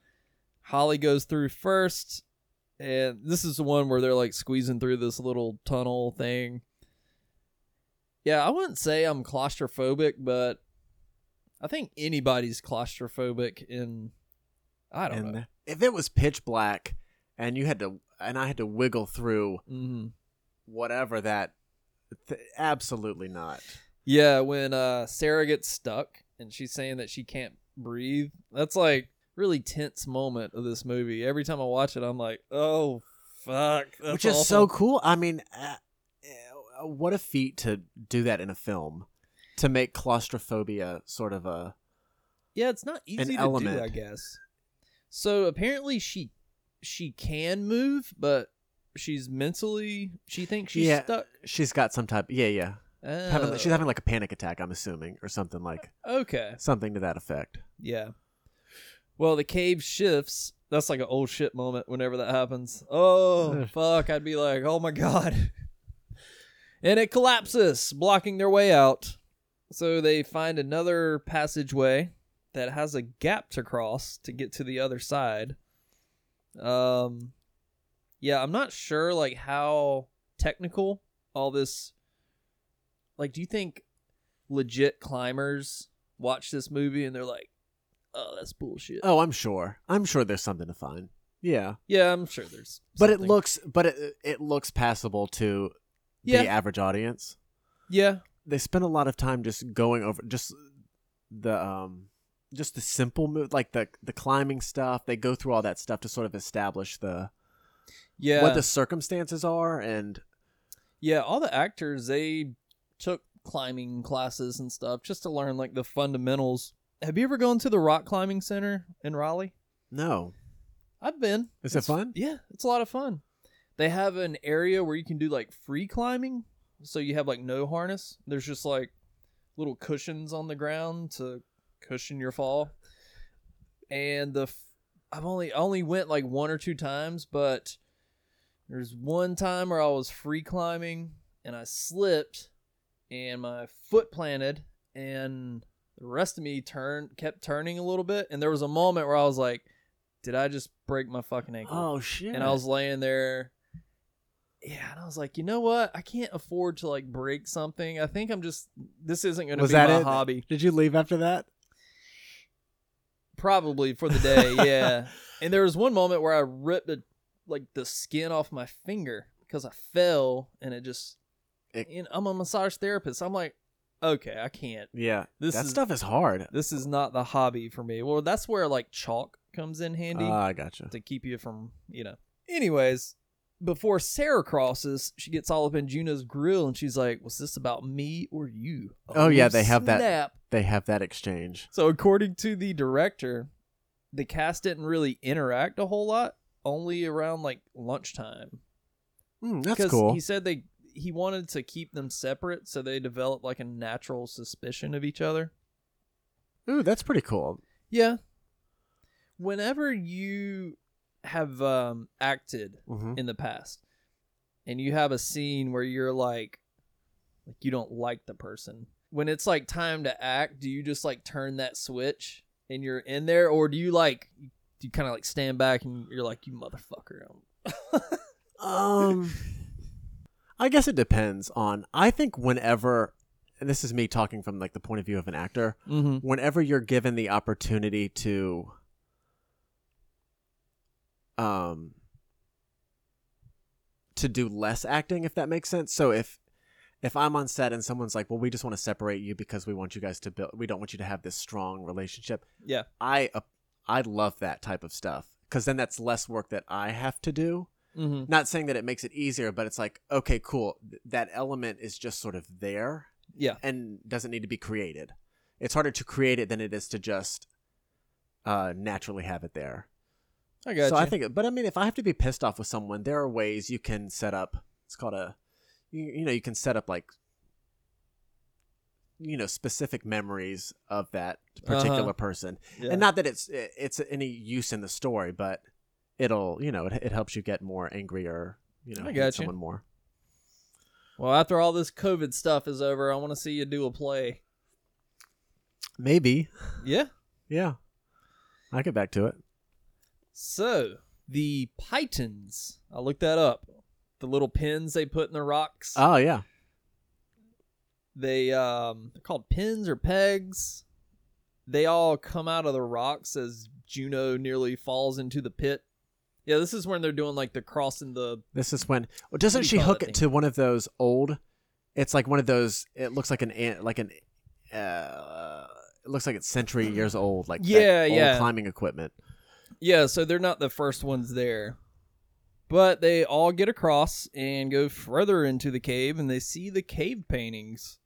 Holly goes through first, and this is the one where they're like squeezing through this little tunnel thing. Yeah, I wouldn't say I'm claustrophobic, but I think anybody's claustrophobic in I don't
And
know.
if it was pitch black and you had to, and I had to wiggle through
hmm
whatever that, th- absolutely not.
Yeah, when uh Sarah gets stuck and she's saying that she can't breathe, that's like really tense moment of this movie. Every time I watch it, I'm like, oh fuck, that's
Which is
awful.
so cool. I mean, uh, uh, what a feat to do that in a film, to make claustrophobia sort of a,
yeah, it's not easy to
element.
do, I guess. So apparently she she can move, but she's mentally she thinks she's
Yeah.
stuck.
she's got some type, yeah, yeah. Having,
Oh,
she's having like a panic attack, I'm assuming, or something like
okay,
something to that effect.
yeah. Well, the cave shifts. That's like an old shit moment whenever that happens. Oh, fuck. I'd be like, oh my God. And it collapses, blocking their way out. So they find another passageway that has a gap to cross to get to the other side. Um, yeah, I'm not sure like how technical all this. Like, do you think legit climbers watch this movie and they're like, "Oh, that's bullshit."
Oh, I'm sure. I'm sure there's something to find. Yeah,
Yeah, I'm sure there's.
but it
something.
looks, but it it looks passable to
Yeah.
the average audience.
Yeah,
They spend a lot of time just going over just the um just the simple move, like the the climbing stuff. They go through all that stuff to sort of establish the
yeah,
what the circumstances are and
yeah. All the actors they took climbing classes and stuff just to learn like the fundamentals. Have you ever gone to the rock climbing center in Raleigh?
no.
I've been.
Is it fun?
Yeah, it's a lot of fun. They have an area where you can do like free climbing, so you have like no harness. There's just like little cushions on the ground to cushion your fall. And the f- I've only I only went like one or two times, but there's one time where I was free climbing and I slipped and my foot planted and the rest of me turned kept turning a little bit and there was a moment where I was like did I just break my fucking ankle?
Oh shit.
and I was laying there. Yeah, and I was like, you know what? I can't afford to like break something. I think I'm just this isn't going to
Was
be
that
my
it?
hobby.
Did you leave after that?
Probably for the day, yeah. And there was one moment where I ripped the like the skin off my finger because I fell, and it just.
It-
you know, I'm a massage therapist. I'm like, okay, I can't.
Yeah.
This
that
is-
stuff is hard.
This is not the hobby for me. Well, that's where like chalk comes in handy.
Ah, I gotcha.
to keep you from, you know. Anyways, before Sarah crosses, she gets all up in Juno's grill and she's like, "Was this about me or you?"
Oh, yeah, they have that-
snap.
They have that exchange.
So according to the director, the cast didn't really interact a whole lot, only around like lunchtime.
Mm, that's
'Cause
cool.
He said they he wanted to keep them separate so they developed like a natural suspicion of each other.
Ooh, that's pretty cool.
Yeah. Whenever you have um, acted
hmm
in the past and you have a scene where you're like like you don't like the person when it's like time to act do you just like turn that switch and you're in there or do you like do you kind of like stand back and you're like you motherfucker I'm-
Um, I guess it depends on. I think whenever, and this is me talking from like the point of view of an actor,
Mm-hmm.
whenever you're given the opportunity to, um, to do less acting, if that makes sense. So if if I'm on set and someone's like, "Well, we just want to separate you because we want you guys to build, we don't want you to have this strong relationship,"
yeah
I uh, I love that type of stuff because then that's less work that I have to do
mm-hmm.
not saying that it makes it easier, but it's like, okay, cool. Th- That element is just sort of there
yeah
and doesn't need to be created. It's harder to create it than it is to just uh, naturally have it there.
i got
so
you
I think, but I mean, if I have to be pissed off with someone, there are ways you can set up. It's called a, you, you know, you can set up like, you know, specific memories of that particular
Uh-huh.
person,
Yeah.
and not that it's it- it's any use in the story, but it'll you know it, it helps you get more angry or you know
I
hate
gotcha.
someone more.
well after all this covid stuff is over i want to see you do a play
Maybe,
yeah
yeah. I get back to it.
so the pythons i looked that up the little pins they put in the rocks
Oh yeah,
they um they're called pins or pegs they all come out of the rocks as juno nearly falls into the pit yeah this is when they're doing like the crossing the
this is when. Well,
What
doesn't
do you
she
call
hook
that
it to
thing?
one of those old? It's like one of those. It looks like an ant, like an. Uh, it looks like it's century years old. Like that
Yeah,
old
yeah.
climbing equipment.
yeah so they're not the first ones there but they all get across and go further into the cave and they see the cave paintings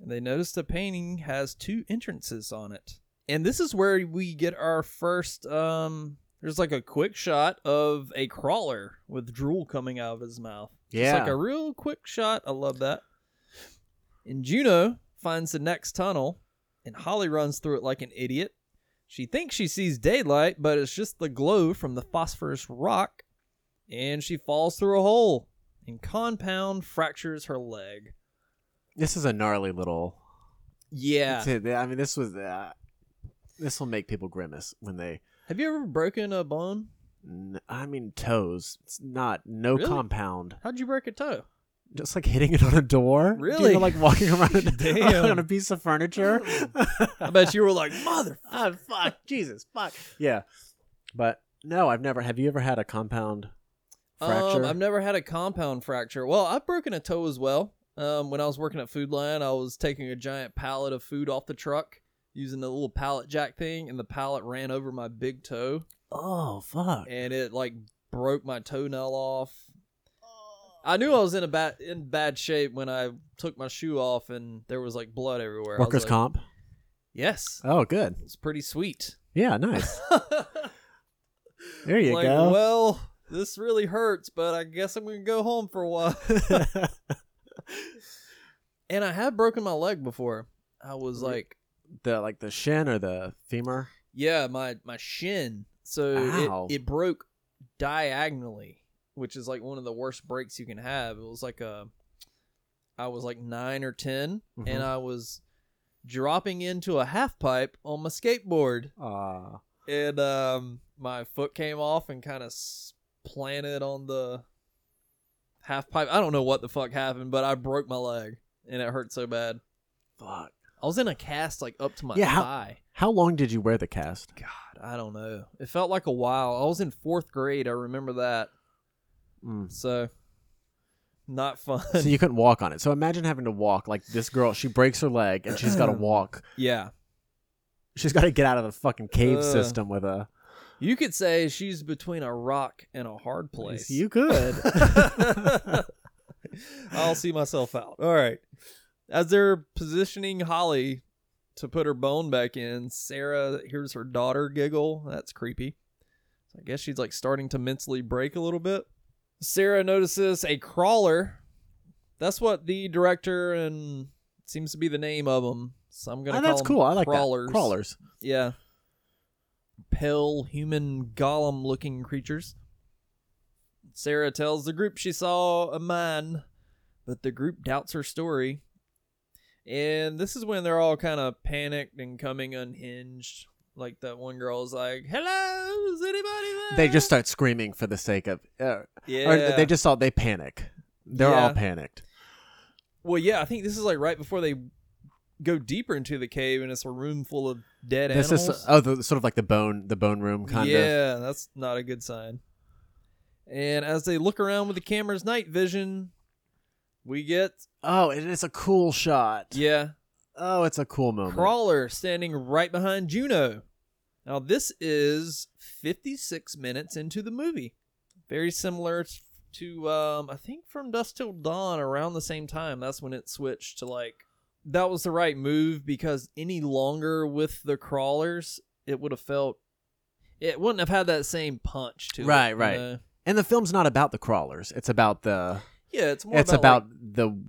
and they notice the painting has two entrances on it and this is where we get our first um there's like a quick shot of a crawler with drool coming out of his mouth
Yeah.
it's like a real quick shot i love that and juno finds the next tunnel and holly runs through it like an idiot she thinks she sees daylight but it's just the glow from the phosphorus rock and she falls through a hole and compound fractures her leg
This is a gnarly little.
yeah
It's a- I mean, this was. Uh, this will make people grimace when they.
Have you ever broken a bone?
n- I mean, toes. It's not no
Really?
compound.
How'd you break a toe?
Just like hitting it on a door. Do you
Really?
know, like walking around
Damn. Oh,
on a piece of furniture.
I bet you were like, mother.
oh fuck! Jesus fuck! Yeah, but no, I've never. Have you ever had a compound
Um,
fracture?
I've never had a compound fracture. Well, I've broken a toe as well. Um, when I was working at Food Lion, I was taking a giant pallet of food off the truck using the little pallet jack thing, and the pallet ran over my big toe,
oh fuck!
and it like broke my toenail off. I knew I was in a bad in bad shape when I took my shoe off and there was like blood everywhere. I was
Workers
like,
comp.
Yes,
Oh, good.
it's pretty sweet.
Yeah, nice. there you
like,
go.
well, this really hurts, but I guess I'm gonna go home for a while. and I have broken my leg before. I was
Re-
like,
the like the shin or the femur.
yeah, my my shin. So
Ow.
it, it broke diagonally, which is like one of the worst breaks you can have. It was like a, I was like nine or 10
Mhm.
and I was dropping into a half pipe on my skateboard.
Uh,
and um my foot came off and kind of planted on the half pipe. I don't know what the fuck happened, but I broke my leg and it hurt so bad.
fuck.
I was in a cast like up to my
Yeah, how-
thigh.
How long did you wear the cast?
God, I don't know. It felt like a while. I was in fourth grade. I remember that.
Mm.
So not fun.
So you couldn't walk on it. So imagine having to walk like this girl. She breaks her leg and she's got to walk.
yeah.
She's got to get out of the fucking cave
Ugh.
system with a.
You could say she's between a rock and a hard place.
You could. Ah,
I'll see myself out. All right. As they're positioning Holly to put her bone back in, Sarah hears her daughter giggle. That's creepy. So I guess she's like starting to mentally break a little bit. Sarah notices a crawler. That's what the director and seems to be the name of them. So I'm gonna.
Oh,
call
that's
'em
cool. I like
crawlers.
that. Crawlers.
Yeah. Pale human golem looking creatures. Sarah tells the group she saw a man, but the group doubts her story. And this is when they're all kind of panicked and coming unhinged. Like that one girl's like, "Hello, is anybody there?"
They just start screaming for the sake of. Uh,
yeah.
Or they just all they panic. They're all
Yeah.
panicked.
well, yeah. I think this is like right before they go deeper into the cave, and it's a room full of dead
This
animals.
is oh, the, sort of like the bone, the bone room kind
yeah,
of.
that's not a good sign. And as they look around with the camera's night vision, we get
Oh, and it's a cool shot.
yeah,
Oh, it's a cool moment.
Crawler standing right behind Juno. Now this is 56 minutes into the movie. Very similar t- to um I think from Dust Till Dawn around the same time. That's when it switched to like that was the right move because any longer with the crawlers, it would have felt it wouldn't have had that same punch to it,
Right,
you
right.
know?
and the film's not about the crawlers. It's about the.
Yeah, it's more
it's
about,
about, the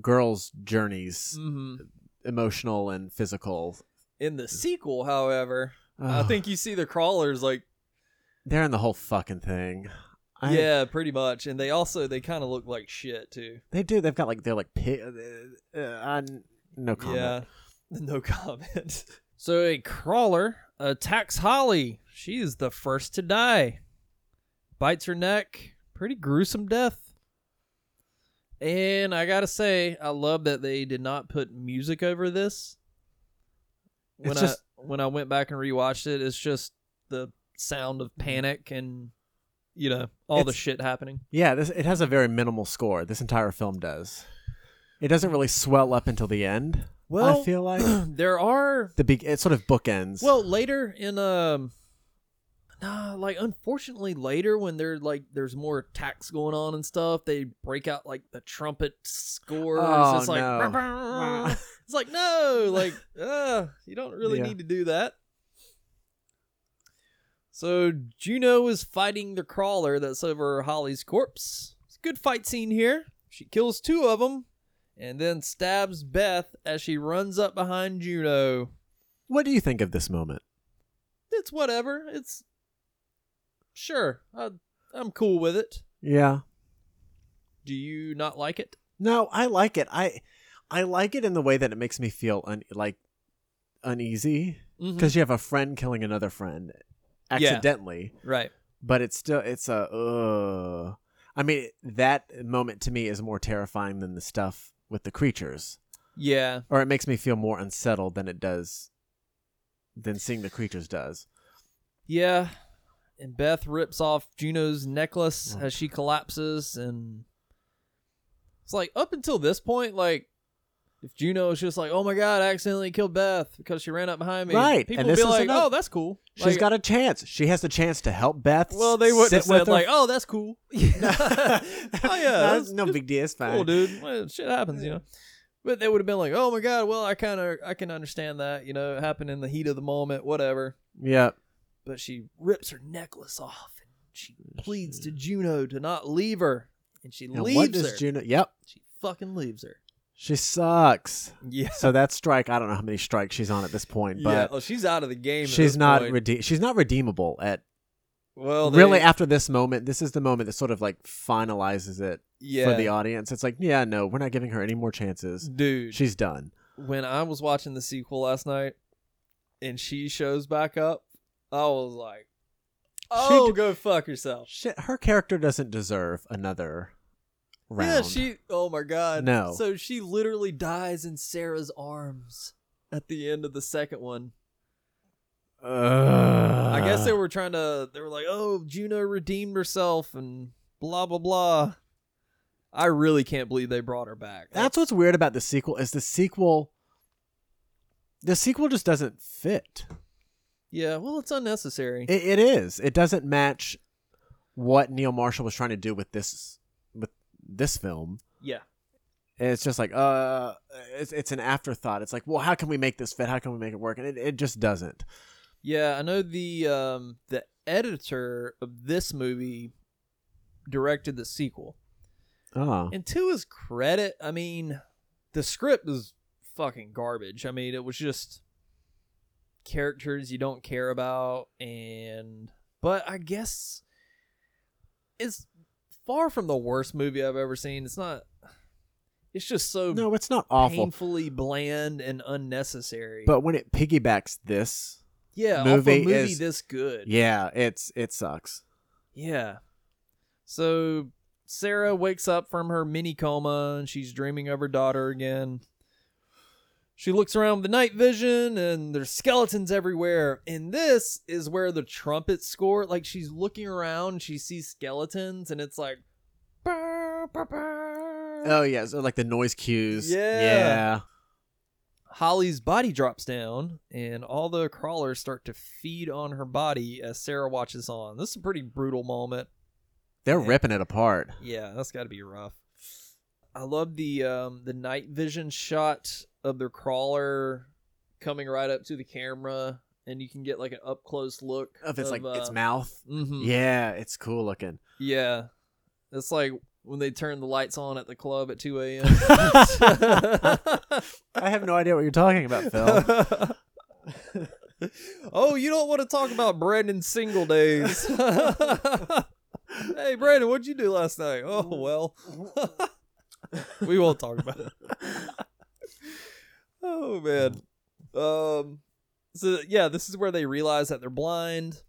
girls' journeys,
like, mhm.
emotional and physical.
in the sequel, however, I
Ugh.
think you see the crawlers like
they're in the whole fucking thing. I,
yeah, pretty much. And they also they kind of look like shit too.
they do. They've got like they're like pi- uh, uh, I n- no comment.
Yeah. No comment. so a crawler attacks Holly. She is the first to die. Bites her neck. Pretty gruesome death. And I gotta say, I love that they did not put music over this.
It's
When I
just-
when I went back and rewatched it, it's just the sound of panic and you know all the
It's-
shit happening.
Yeah, this it has a very minimal score. This entire film does. It doesn't really swell up until the end.
Well,
I feel like
there are
the big it sort of bookends.
Well, later in um nah, like unfortunately later when they're like there's more attacks going on and stuff, they break out like the trumpet scores.
Oh,
it's like
no.
"Brr, brr." it's like no, like uh, you don't really
Yeah.
need to do that. So Juno is fighting the crawler that's over Holly's corpse. It's a good fight scene here. She kills two of them and then stabs Beth as she runs up behind Juno
what do you think of this moment?
it's whatever. It's sure. I, I'm cool with it.
Yeah.
Do you not like it?
No, I like it. I I like it in the way that it makes me feel un, like uneasy because you have a friend killing another friend
Mm-hmm. Yeah.
accidentally,
Right.
but it's still it's a ugh. I mean that moment to me is more terrifying than the stuff with the creatures,
Yeah.
or it makes me feel more unsettled than it does than seeing the creatures does.
Yeah. And Beth rips off Juno's necklace
Oh.
as she collapses, and it's like up until this point, like If Juno is just like, oh my god, I accidentally killed Beth because she ran up behind me,
Right, and
People would
this is
be like,
another-
oh, that's cool.
She's
Like,
got a chance. She has the chance to help Beth.
Well, they wouldn't
sit
have said
with her.
like, "Oh, that's cool." oh yeah, Oh,
no,
that's
it's no big deal. It's fine.
cool, dude. Well, shit happens, you know. But they would have been like, "Oh my god, well, I kind of, I can understand that, you know, it happened in the heat of the moment, whatever."
Yeah,
But she rips her necklace off and she pleads to Juno to not leave her, and she
And what
leaves
does
her.
Juno? Yep,
she fucking leaves her.
she sucks.
Yeah,
So that strike, I don't know how many strikes she's on at this point,
yeah.
but
Well, she's out of the game. at
she's
this
not
point.
rede- she's not redeemable at
well, they-
really after this moment. This is the moment that sort of like finalizes it
yeah,
for the audience. It's like, yeah, no, we're not giving her any more chances.
dude.
She's done.
when I was watching the sequel last night and she shows back up, I was like, "Oh,
d-
go fuck yourself."
Shit, her character doesn't deserve another round.
Yeah, she. Oh my god.
No.
So she literally dies in Sarah's arms at the end of the second one. I
Uh.
guess they were trying to. They were like, "Oh, Juno redeemed herself," and blah blah blah. I really can't believe they brought her back.
That's what's weird about the sequel is the sequel. The sequel just doesn't fit.
yeah. Well, it's unnecessary.
It, it is. It doesn't match what Neil Marshall was trying to do with this with this film.
yeah.
And it's just like uh, it's it's an afterthought. It's like, well, how can we make this fit? How can we make it work? And it, it just doesn't.
Yeah, I know the um, the editor of this movie directed the sequel.
Oh,
And to his credit, I mean, the script is fucking garbage. I mean, it was just characters you don't care about and but I guess it's far from the worst movie I've ever seen. It's not it's just so
no, it's not awful.
painfully bland and unnecessary.
But when it piggybacks this,
yeah, off a
movie
movie
is-
this good.
yeah, it's it sucks.
Yeah. So Sarah wakes up from her mini coma and she's dreaming of her daughter again. She looks around with the night vision and there's skeletons everywhere. And this is where the trumpet score, like she's looking around, she sees skeletons and it's like "Bah, bah, bah."
Oh yeah, so like the noise cues.
Yeah.
yeah.
Holly's body drops down and all the crawlers start to feed on her body as Sarah watches on. This is a pretty brutal moment.
They're
Yeah.
ripping it apart.
Yeah, that's got to be rough. I love the um, the night vision shot of their crawler coming right up to the camera, and you can get like an up close look
If it's like its
uh,
mouth.
mhm.
Yeah, it's cool looking.
yeah. It's like when they turn the lights on at the club at two a.m.
I have no idea what you're talking about, Phil.
oh, you don't want to talk about Brandon's single days. hey, Brandon, what'd you do last night? Oh, well. we won't talk about it. oh, man. Um, so, yeah, this is where they realize that they're blind,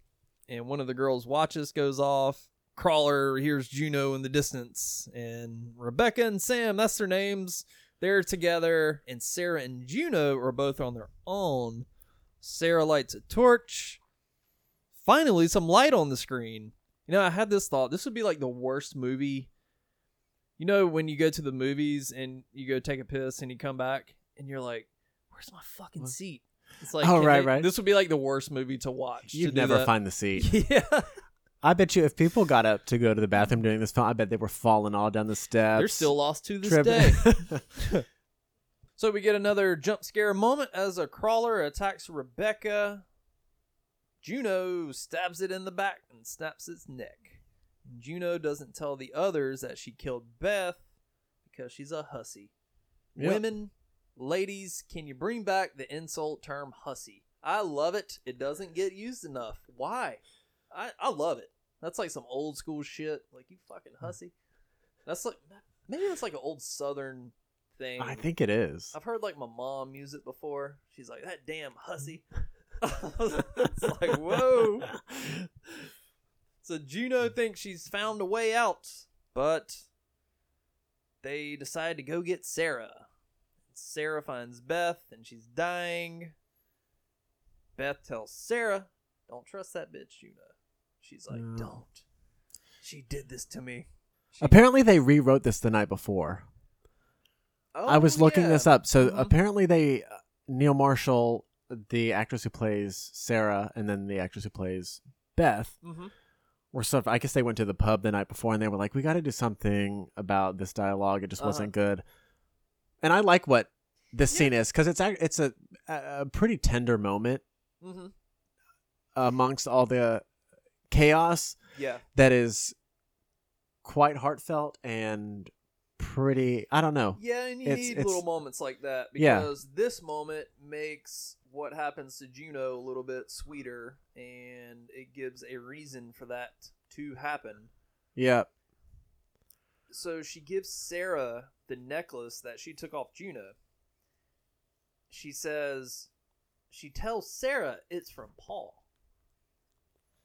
and one of the girls' watches goes off. Crawler hears Juno in the distance, and Rebecca and Sam, that's their names, they're together, and Sarah and Juno are both on their own. Sarah lights a torch. Finally, some light on the screen. You know, I had this thought. This would be like the worst movie. You know, when you go to the movies and you go take a piss and you come back and you're like, "Where's my fucking seat?" It's like,
Oh,
can
right,
they-
right.
This would be like the worst movie to watch. to
You'd
do
never
that.
find the seat.
Yeah,
I bet you if people got up to go to the bathroom during this film, I bet they were falling all down the steps.
they're still lost to this day.
tripping.
So we get another jump scare moment as a crawler attacks Rebecca. Juno stabs it in the back and snaps its neck. Juno doesn't tell the others that she killed Beth because she's a hussy.
Yep.
Women, ladies, can you bring back the insult term hussy? I love it. It doesn't get used enough. Why? I, I love it. That's like some old school shit. Like you fucking hussy. That's like maybe that's like an old southern thing.
I think it is.
I've heard like my mom use it before. She's like, that damn hussy. it's like, whoa. So Juno thinks she's found a way out, but they decide to go get Sarah. Sarah finds Beth and she's dying. Beth tells Sarah, don't trust that bitch, Juno. She's like,
No.
don't. She did this to me. She-
Apparently, they rewrote this the night before. I was looking
Oh, yeah.
this up. So
Mhm.
apparently, they uh, Neil Marshall, the actress who plays Sarah, and then the actress who plays Beth,
Mhm.
were sort of. I guess they went to the pub the night before, and they were like, "We got to do something about this dialogue. It just
Uh-huh.
wasn't good." And I like what this scene is because it's ac- it's a a a pretty tender moment
Mhm.
amongst all the chaos
Yeah.
that is quite heartfelt and pretty. I don't know.
Yeah, and you
It's-
need
it's-
little moments like that
Yeah.
because this moment makes what happens to Juno a little bit sweeter and it gives a reason for that to happen.
Yeah.
So she gives Sarah the necklace that she took off Juno. She says she tells Sarah it's from Paul.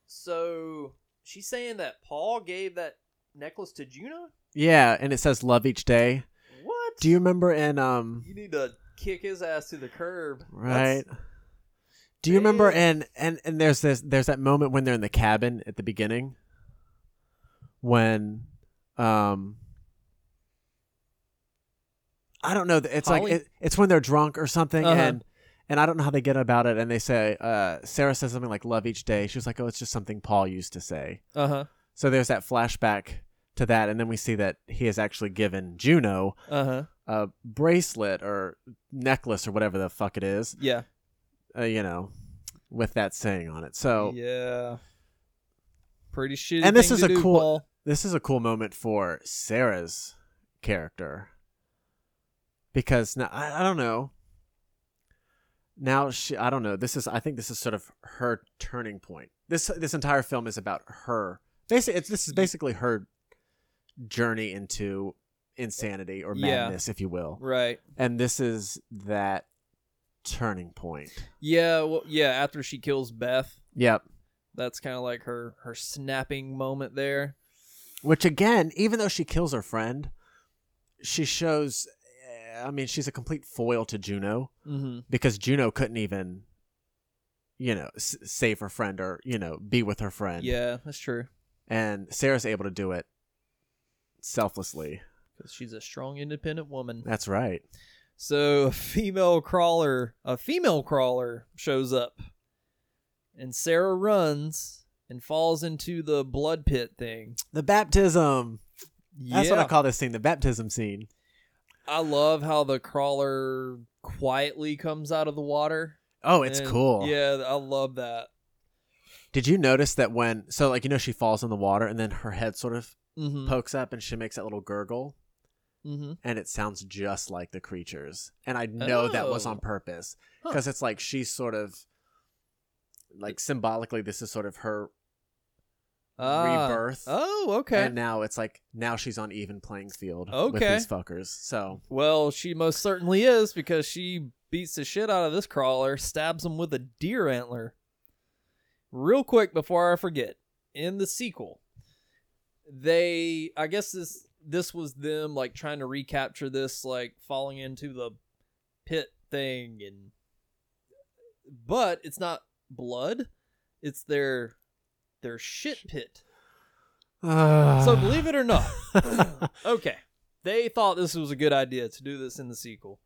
So she's saying that Paul gave that necklace to Juno?
Yeah, and it says love each day.
What?
Do you remember in um
You need to kick his ass to the curb.
right?
That's-
Do you remember
Damn.
in and and there's this there's that moment when they're in the cabin at the beginning when um I don't know. It's
Holly?
like it, it's when they're drunk or something,
Uh-huh.
and and I don't know how they get about it. And they say uh, Sarah says something like "love each day." She was like, "Oh, it's just something Paul used to say."
Uh huh.
So there's that flashback to that, and then we see that he has actually given Juno
Uh huh.
a bracelet or necklace or whatever the fuck it is,
Yeah.
uh, you know, with that saying on it. So
Yeah. Pretty shitty.
And this
thing
is
to
a
do,
cool-
Paul.
this is a cool moment for Sarah's character because now I, I don't know. Now she, I don't know. This is, I think, this is sort of her turning point. This this entire film is about her. Basically, it's, this is basically her journey into insanity or
Yeah.
madness, if you will.
Right.
And this is that turning point.
Yeah. Well. Yeah. After she kills Beth,
Yep.
that's kind of like her her snapping moment there.
Which again, even though she kills her friend, she shows. eh, I mean, she's a complete foil to Juno
Mm-hmm.
because Juno couldn't even, you know, s- save her friend or you know be with her friend.
Yeah, that's true.
And Sarah's able to do it selflessly.
Because she's a strong, independent woman.
That's right.
So a female crawler, a female crawler shows up, and Sarah runs and falls into the blood pit thing.
The baptism. That's
yeah.
what I call this scene, the baptism scene.
I love how the crawler quietly comes out of the water.
Oh, it's
And-
cool.
Yeah, I love that.
Did you notice that when so like you know she falls in the water and then her head sort of
Mm-hmm.
pokes up and she makes that little gurgle?
mm-hmm.
and it sounds just like the creatures. And I know that was
Oh.
on purpose
Huh.
because it's like she's sort of like symbolically this is sort of her Rebirth.
Oh, okay.
and now it's like now she's on even playing field with
Okay.
these fuckers. So
well, she most certainly is because she beats the shit out of this crawler, stabs him with a deer antler. Real quick before I forget, in the sequel, they I guess this this was them like trying to recapture this like falling into the pit thing and but it's not blood, it's their their shit pit. So
Ah.
believe it or not, okay, they thought this was a good idea to do this in the sequel.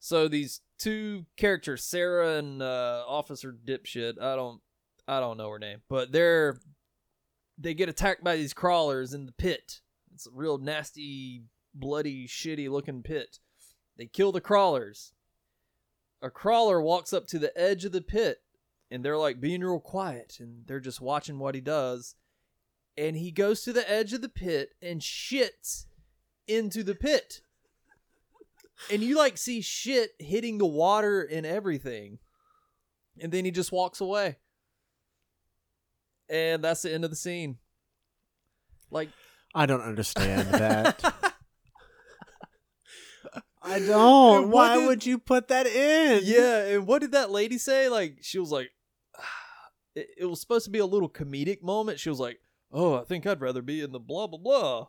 So these two characters, Sarah and uh, Officer Dipshit, I don't, I don't know her name, but they're they get attacked by these crawlers in the pit. It's a real nasty, bloody, shitty looking pit. They kill the crawlers. A crawler walks up to the edge of the pit, and they're like being real quiet, and they're just watching what he does and he goes to the edge of the pit and shits into the pit. And you like see shit hitting the water and everything. And then he just walks away. And that's the end of the scene. Like
I don't understand that. I don't.
And
Why
what did-
would you put that in?
yeah, and what did that lady say? Like she was like it, it was supposed to be a little comedic moment. She was like, "Oh, I think I'd rather be in the blah blah blah."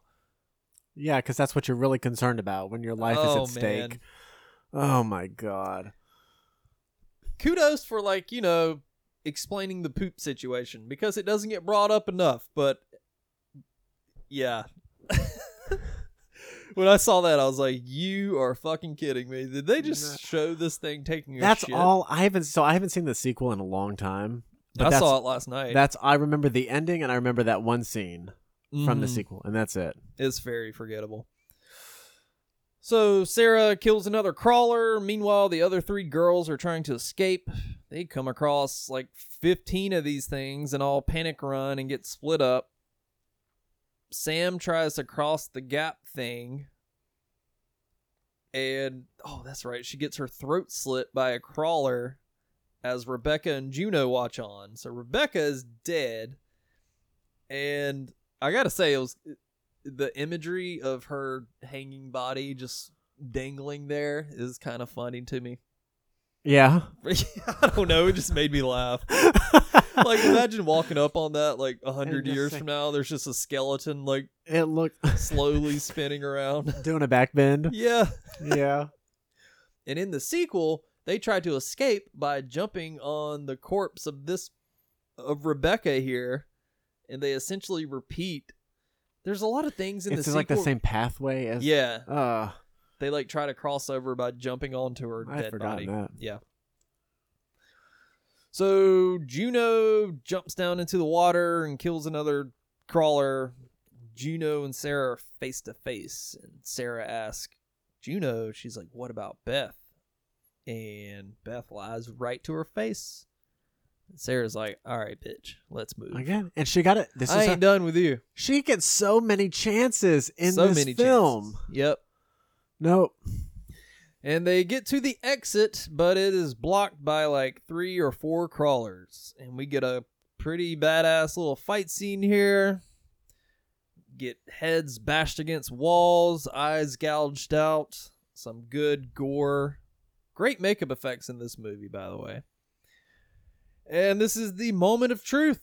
Yeah, because that's what you're really concerned about when your life
Oh,
is at stake.
man.
Oh my god.
kudos for like you know explaining the poop situation because it doesn't get brought up enough but yeah when I saw that, I was like, "You are fucking kidding me! Did they just show this thing taking a
that's
shit?"
all. I haven't. So I haven't seen the sequel in a long time. But
I
that's,
saw it last night.
That's. I remember the ending, and I remember that one scene from
Mm-hmm.
the sequel, and that's it.
It's very forgettable. So Sarah kills another crawler. Meanwhile, the other three girls are trying to escape. They come across like 15 of these things and all panic run and get split up. Sam tries to cross the gap thing. And oh, that's right. She gets her throat slit by a crawler as Rebecca and Juno watch on. So Rebecca is dead. And I got to say, it was the imagery of her hanging body just dangling there is kind of funny to me.
Yeah.
I don't know. It just made me laugh. Like, imagine walking up on that like a hundred
just
years
like-
from now. There's just a skeleton like
it looked
slowly spinning around.
doing a backbend.
yeah.
yeah.
And in the sequel, they try to escape by jumping on the corpse of this of Rebecca here, and they essentially repeat. There's a lot of things in
It's
the
like the
sequel-
same pathway as.
Yeah,
Uh,
they like try to cross over by jumping onto her
I'd
dead body.
forgotten that.
Yeah. So Juno jumps down into the water and kills another crawler. Juno and Sarah are face to face, and Sarah asks Juno, she's like, "What about Beth?" And Beth lies right to her face. And Sarah's like, "All right, bitch, let's move.
Again, and she got it. This
I
is
ain't
her,
done with you."
she gets so many chances in
so
this
many
film.
chances. Yep.
Nope.
And they get to the exit, but it is blocked by like three or four crawlers. And we get a pretty badass little fight scene here. Get heads bashed against walls, eyes gouged out, some good gore. Great makeup effects in this movie, by the way. And this is the moment of truth.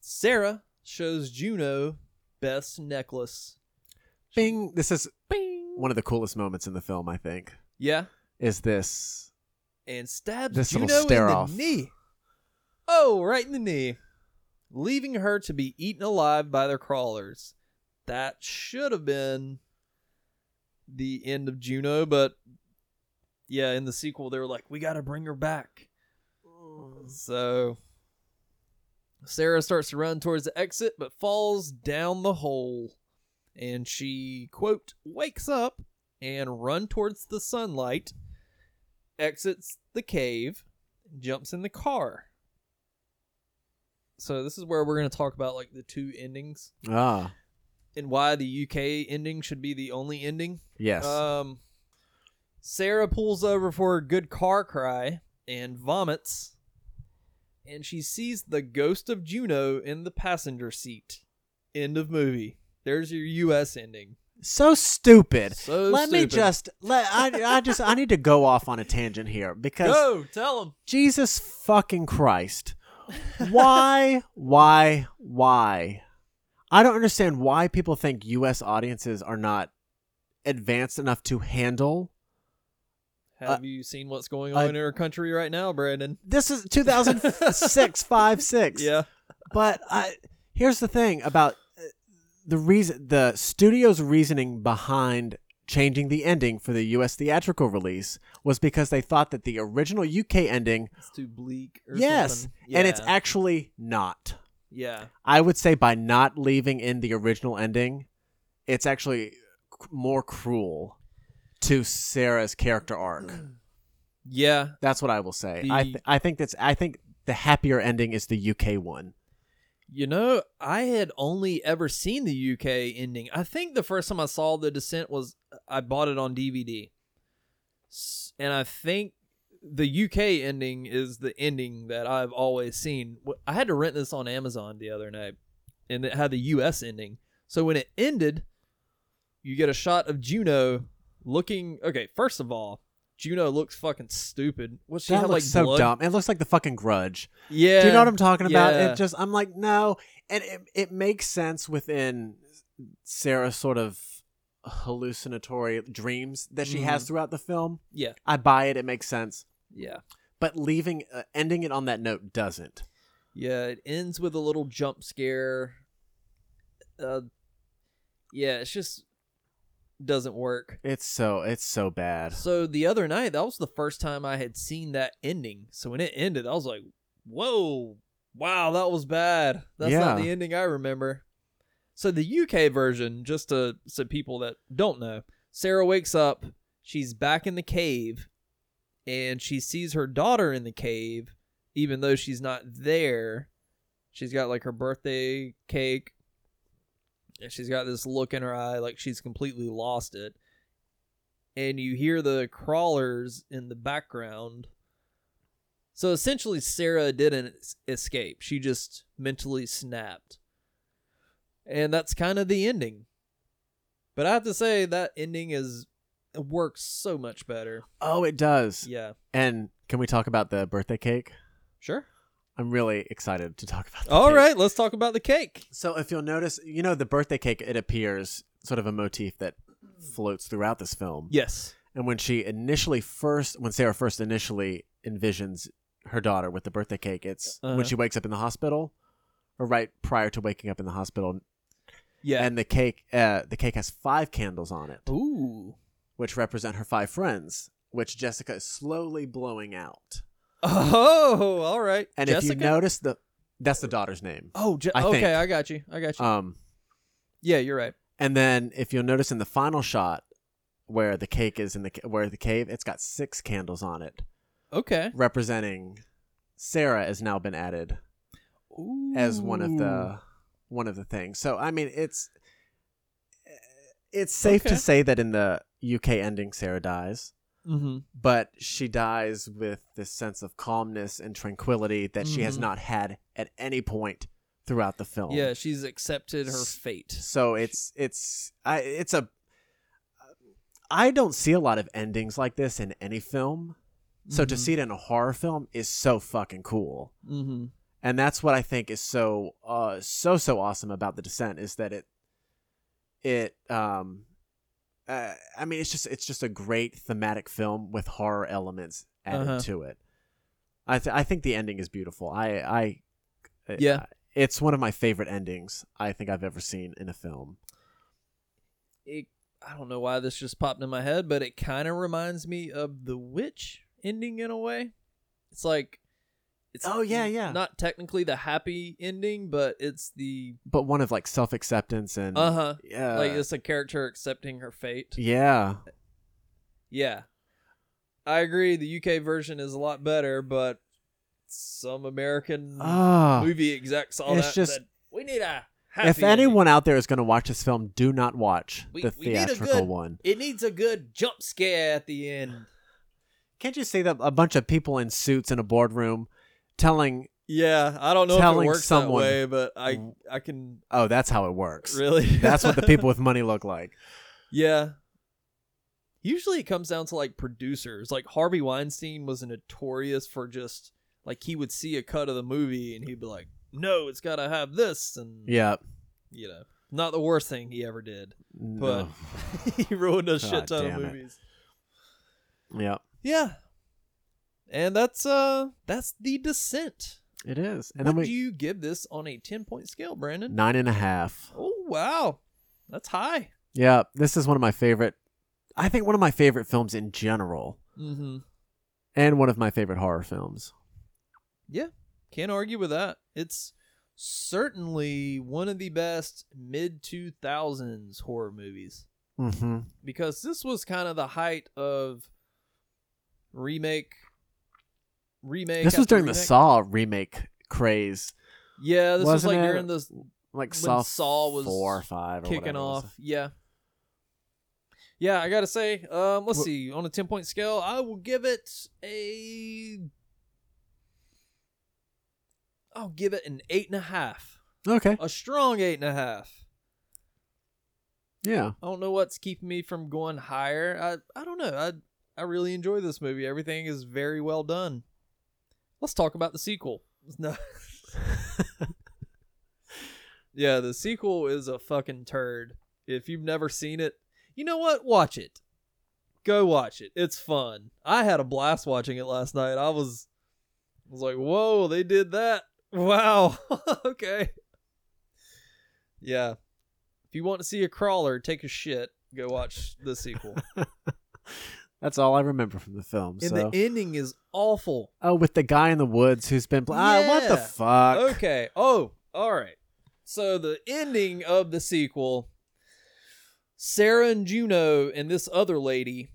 Sarah shows Juno Beth's necklace.
Bing. This is one of the coolest moments in the film. I think
Yeah.
is this.
and stabs
This
Juno
little
in the
stare-off.
knee. Oh, right in the knee, leaving her to be eaten alive by their crawlers. That should have been the end of Juno, but yeah, in the sequel they were like, "We got to bring her back." So Sarah starts to run towards the exit, but falls down the hole, and she quote wakes up and run towards the sunlight exits the cave, jumps in the car. So this is where we're going to talk about like the two endings
Ah.
and why the UK ending should be the only ending.
Yes.
Um Sarah pulls over for a good car cry and vomits and she sees the ghost of Juno in the passenger seat. End of movie. There's your US ending.
so stupid.
So
let me
stupid.
just let I I just I need to go off on a tangent here because
Go, tell him.
Jesus fucking Christ. Why why why? I don't understand why people think US audiences are not advanced enough to handle
Have you seen what's going on
I-
in our country right now, Brandon?
this is 2006 5 6
Yeah.
but I, here's the thing about uh, the reason the studio's reasoning behind changing the ending for the US theatrical release was because they thought that the original UK ending
It's too bleak. Or
yes
something.
and it's
Yeah,
actually not
yeah,
I would say by not leaving in the original ending it's actually c- more cruel to Sarah's character arc
yeah.
that's what I will say I
Mm. The-
th- I think that's I think the happier ending is the UK one
You know, I had only ever seen the UK ending. I think the first time I saw The Descent was uh, I bought it on DVD, S- and I think the UK ending is the ending that I've always seen. Wh- I had to rent this on Amazon the other night, and it had the US ending. So when it ended, you get a shot of Juno looking. Okay, first of all, Juno looks fucking stupid. What she
that
had
looks so
like blood?
dumb it looks like the fucking grudge
Yeah,
Do you know what I'm talking about?
Yeah.
It just I'm like, no, and it, it makes sense within Sarah's sort of hallucinatory dreams that she
Mm.
has throughout the film.
Yeah.
I buy it; it makes sense.
Yeah.
But leaving uh, ending it on that note doesn't.
Yeah, it ends with a little jump scare. Uh, yeah, it's just doesn't work.
It's so it's so bad.
So the other night, that was the first time I had seen that ending. So when it ended, I was like, "Whoa, wow, that was bad. That's not
Yeah.
the ending I remember." So the UK version, just to so people that don't know, Sarah wakes up. She's back in the cave, and she sees her daughter in the cave, even though she's not there. She's got like her birthday cake, and she's got this look in her eye like she's completely lost it and you hear the crawlers in the background. So essentially, Sarah didn't es- escape. She just mentally snapped. And that's kind of the ending. But I have to say, that ending is. It works so much better.
Oh, it does.
Yeah.
And can we talk about the birthday cake?
Sure.
I'm really excited to talk about. The
All
cake.
right, let's talk about the cake.
So if you'll notice, you know the birthday cake. It appears sort of a motif that floats throughout this film.
Yes.
And when she initially first, when Sarah first initially envisions her daughter with the birthday cake, it's
Uh-huh.
when she wakes up in the hospital, or right prior to waking up in the hospital.
Yeah.
And the cake, uh, the cake has five candles on it,
Ooh.
which represent her five friends, which Jessica is slowly blowing out.
Oh, all right.
And
Jessica?
if you notice the, that's the daughter's name.
Oh, Je-
I
okay,
think.
I got you. I got you.
Um,
yeah, you're right.
and then if you'll notice in the final shot, where the cake is in the ca- where the cave, it's got six candles on it,
Okay.
representing Sarah has now been added as one of the one of the things. So I mean, it's it's safe
Okay.
to say that in the UK ending, Sarah dies,
Mm-hmm.
but she dies with this sense of calmness and tranquility that she has
Mhm.
not had at any point throughout the film.
Yeah, she's accepted her
Oh. S-
fate.
So it's it's I it's a I don't see a lot of endings like this in any film. So to
Mhm.
see it in a horror film is so fucking cool.
Mm-hmm.
and that's what I think is so uh so so awesome about the descent is that it it um uh, I mean it's just it's just a great thematic film with horror elements added
Uh-huh.
to it. I th- I think the ending is beautiful. I I
Yeah.
It's one of my favorite endings I think I've ever seen in a film.
It, I don't know why this just popped in my head, but it kind of reminds me of the witch ending in a way. It's like, it's
Oh, yeah, yeah.
not technically the happy ending, but it's the
But one of like self acceptance and
uh huh,
yeah,
like it's a character accepting her fate.
yeah.
Yeah, I agree. The UK version is a lot better, but some American
Ah.
movie execs all
it's
that
just-
said, we need a happy
if
ending.
anyone out there is going to watch this film, do not watch
We-
the
we need a
theatrical
good-
one.
It needs a good jump scare at the end.
Can't you see that a bunch of people in suits in a boardroom telling,
Yeah, I don't know if it
Telling
works
someone-
that way, but I I can
"Oh, that's how it works."
really.
that's what the people with money look like.
yeah. Usually it comes down to like producers. Like Harvey Weinstein was notorious for just like he would see a cut of the movie and he'd be like, "No, it's got to have this," and
Yeah.
you know, not the worst thing he ever did, but
No.
he ruined a shit
God
ton of
damn it.
movies.
yeah,
Yeah, and that's uh that's the descent.
it is. And
what
then we
do you give this on a ten point scale, Brandon?
nine and a half.
Oh wow, that's high.
Yeah, this is one of my favorite. I think one of my favorite films in general,
Mm-hmm.
and one of my favorite horror films.
Can't argue with that. It's certainly one of the best mid two thousands horror movies
Mm-hmm.
because this was kind of the height of remake. Remake.
This was
after
during the
remake.
Saw remake craze,
Yeah, this was
wasn't
like
it?
during the
like
When
Saw,
Saw was
four or five, or
kicking
whatever it was.
off. Yeah. Yeah, I gotta say, um, let's
Wh-
see. On a ten point scale, I will give it a. I'll give it an eight and a half,
Okay,
a strong eight and a half.
yeah,
I don't know what's keeping me from going higher. I I don't know. I I really enjoy this movie. Everything is very well done. Let's talk about the sequel. No. yeah, the sequel is a fucking turd. If you've never seen it, you know what? Watch it. Go watch it. It's fun. I had a blast watching it last night. I was I was like, "Whoa, they did that." Wow. okay. Yeah. If you want to see a crawler take a shit, Go watch the sequel.
That's all I remember from the film.
and
so.
the ending is awful.
oh, with the guy in the woods who's been. Bl- ah, what the
Yeah.
fuck?
Okay. Oh, all right. So the ending of the sequel, Sarah and Juno and this other lady,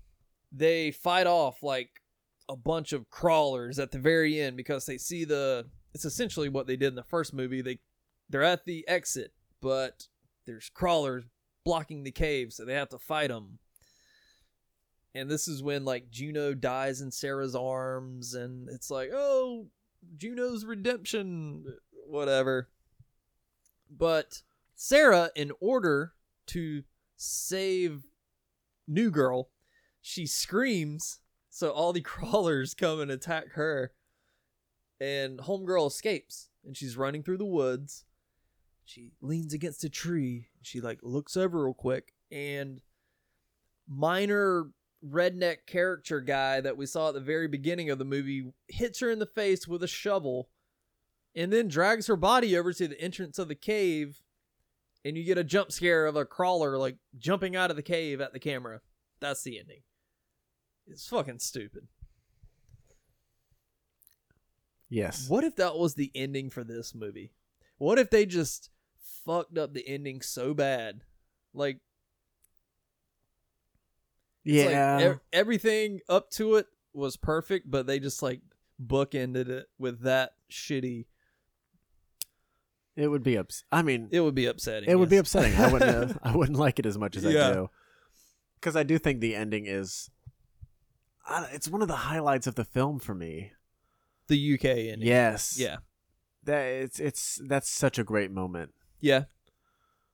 they fight off like a bunch of crawlers at the very end because they see the it's essentially what they did in the first movie. They they're at the exit, but there's crawlers blocking the cave, so they have to fight them. And this is when like Juno dies in Sarah's arms and it's like, "Oh, Juno's redemption, whatever. But Sarah, in order to save New Girl, she screams, so all the crawlers come and attack her. And Homegirl escapes, and she's running through the woods. She leans against a tree. She like looks over real quick, and minor redneck character guy that we saw at the very beginning of the movie hits her in the face with a shovel and then drags her body over to the entrance of the cave and you get a jump scare of a crawler like jumping out of the cave at the camera that's the ending it's fucking stupid
Yes.
what if that was the ending for this movie what if they just fucked up the ending so bad like It's like
Yeah.
ev- everything up to it was perfect, but they just like bookended it with that shitty.
it would be ups. I mean,
It would be upsetting.
It would be
yes.
upsetting. I wouldn't. Uh, I wouldn't like it as much as
Yeah.
I do, because I do think the ending is. I it's one of the highlights of the film for me.
the UK ending.
Yes.
Yeah.
That it's it's that's such a great moment.
Yeah.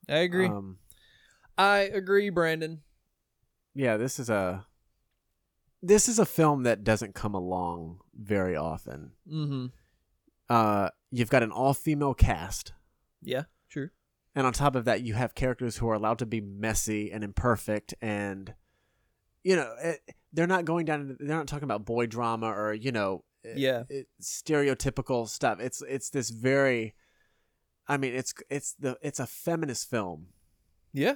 I agree.
Um,
I agree, Brandon.
yeah. This is a. This is a film that doesn't come along very often.
Mm-hmm.
Uh, you've got an all-female cast,
Yeah. True.
and on top of that, you have characters who are allowed to be messy and imperfect and you know it, they're not going down into- they're not talking about boy drama or you know it-
Yeah.
it, stereotypical stuff it's it's this very i mean it's it's the it's a feminist film
Yeah.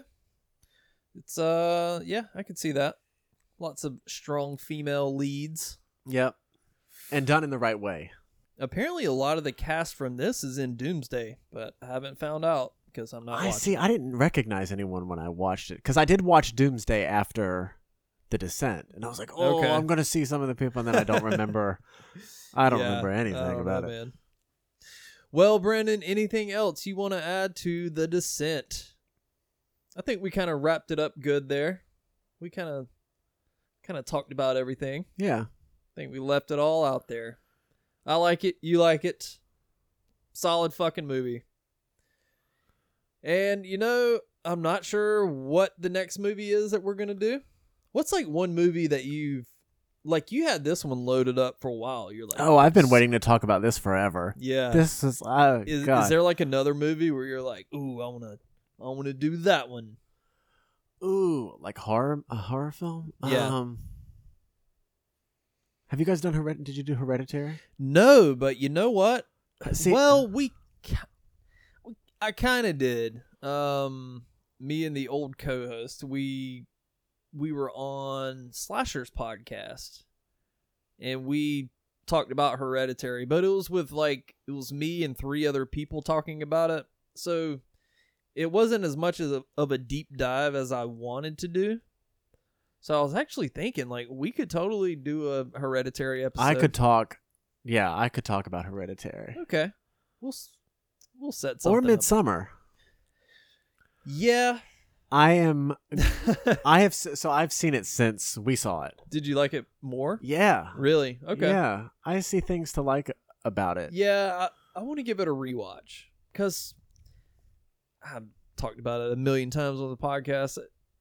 It's uh yeah, I could see that. Lots of strong female leads.
yep and done in the right way
Apparently a lot of the cast from this is in Doomsday, but I haven't found out because I'm not
i
watching.
see i didn't recognize anyone when i watched it because i did watch doomsday after the descent and i was like oh
Okay.
i'm gonna see some of the people and then i don't remember i don't
Yeah,
remember anything
I don't
about
know,
it
man. Well, Brandon, anything else you want to add to the descent? I think we kind of wrapped it up good there. We kind of kind of talked about everything.
yeah
I think we left it all out there. I like it, you like it. Solid fucking movie. And you know, I'm not sure what the next movie is that we're going to do. What's like one movie that you've like you had this one loaded up for a while. You're like,
Oh, I've been waiting to talk about this forever.
Yeah.
This is oh
Uh, is,
god.
is there like another movie where you're like, ooh, I wanna, I wanna do that one?
Ooh, like horror a horror film?
Yeah.
Um, have you guys done Hereditary? Did you do Hereditary?
No, but you know what?
Uh, see-
well, we, ki- we- I kind of did. Um, me and the old co-host, we, we were on Slashers podcast, and we talked about Hereditary, but it was with like it was me and three other people talking about it, so it wasn't as much as a, of a deep dive as I wanted to do. So I was actually thinking like we could totally do a Hereditary episode.
I could talk. Yeah, I could talk about Hereditary
Okay. We'll s- we'll set something.
or
up.
Midsummer.
Yeah.
I am. I have s- so I've seen it since we saw it.
Did you like it more?
Yeah.
Really? Okay.
Yeah, I see things to like about it.
Yeah, I, I want to give it a rewatch because I've talked about it a million times on the podcast.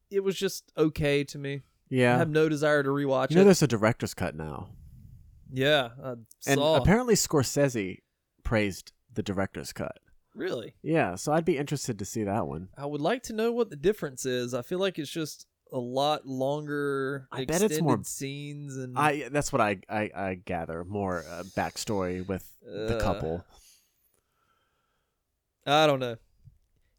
It was just okay to me. I
Yeah.
have no desire to rewatch
You know,
it.
there's a director's cut now,
Yeah, I
and
saw.
apparently Scorsese praised the director's cut.
really,
Yeah, so I'd be interested to see that one.
I would like to know what the difference is. I feel like it's just a lot longer.
I bet it's more-
extended scenes and
I that's what I I, I gather more uh, backstory with the
Uh,
couple.
I don't know.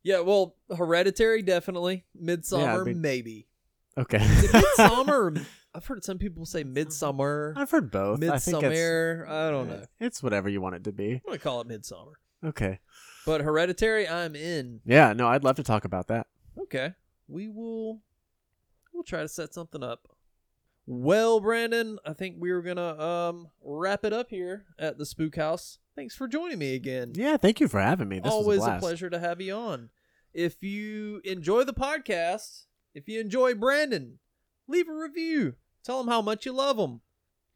Yeah, well, Hereditary definitely, Midsummer
be-
maybe.
Okay.
Is it midsummer? or- I've heard some people say midsummer,
I've heard both. I think it's,
midsummer. I don't know. I'm
It's whatever you want it to be.
gonna call it midsummer.
Okay.
But Hereditary, I'm in.
Yeah, no, I'd love to talk about that.
Okay, we will. We'll try to set something up. Well, Brandon, I think we were gonna um wrap it up here at the Spook House. Thanks for joining me again.
Yeah, thank you for having me. This
Always
was a,
a,
blast.
pleasure to have you on. If you enjoy the podcast, if you enjoy Brandon, leave a review. Tell him how much you love him.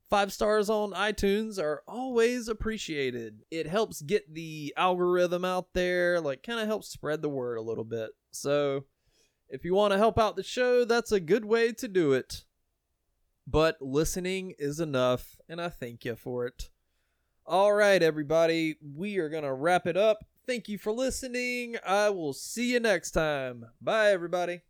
Five stars on iTunes are always appreciated. It helps get the algorithm out there, like kind of helps spread the word a little bit. So, if you want to help out the show, that's a good way to do it. But listening is enough, and I thank you for it. All right, everybody, we are going to wrap it up. Thank you for listening. I will see you next time. Bye, everybody.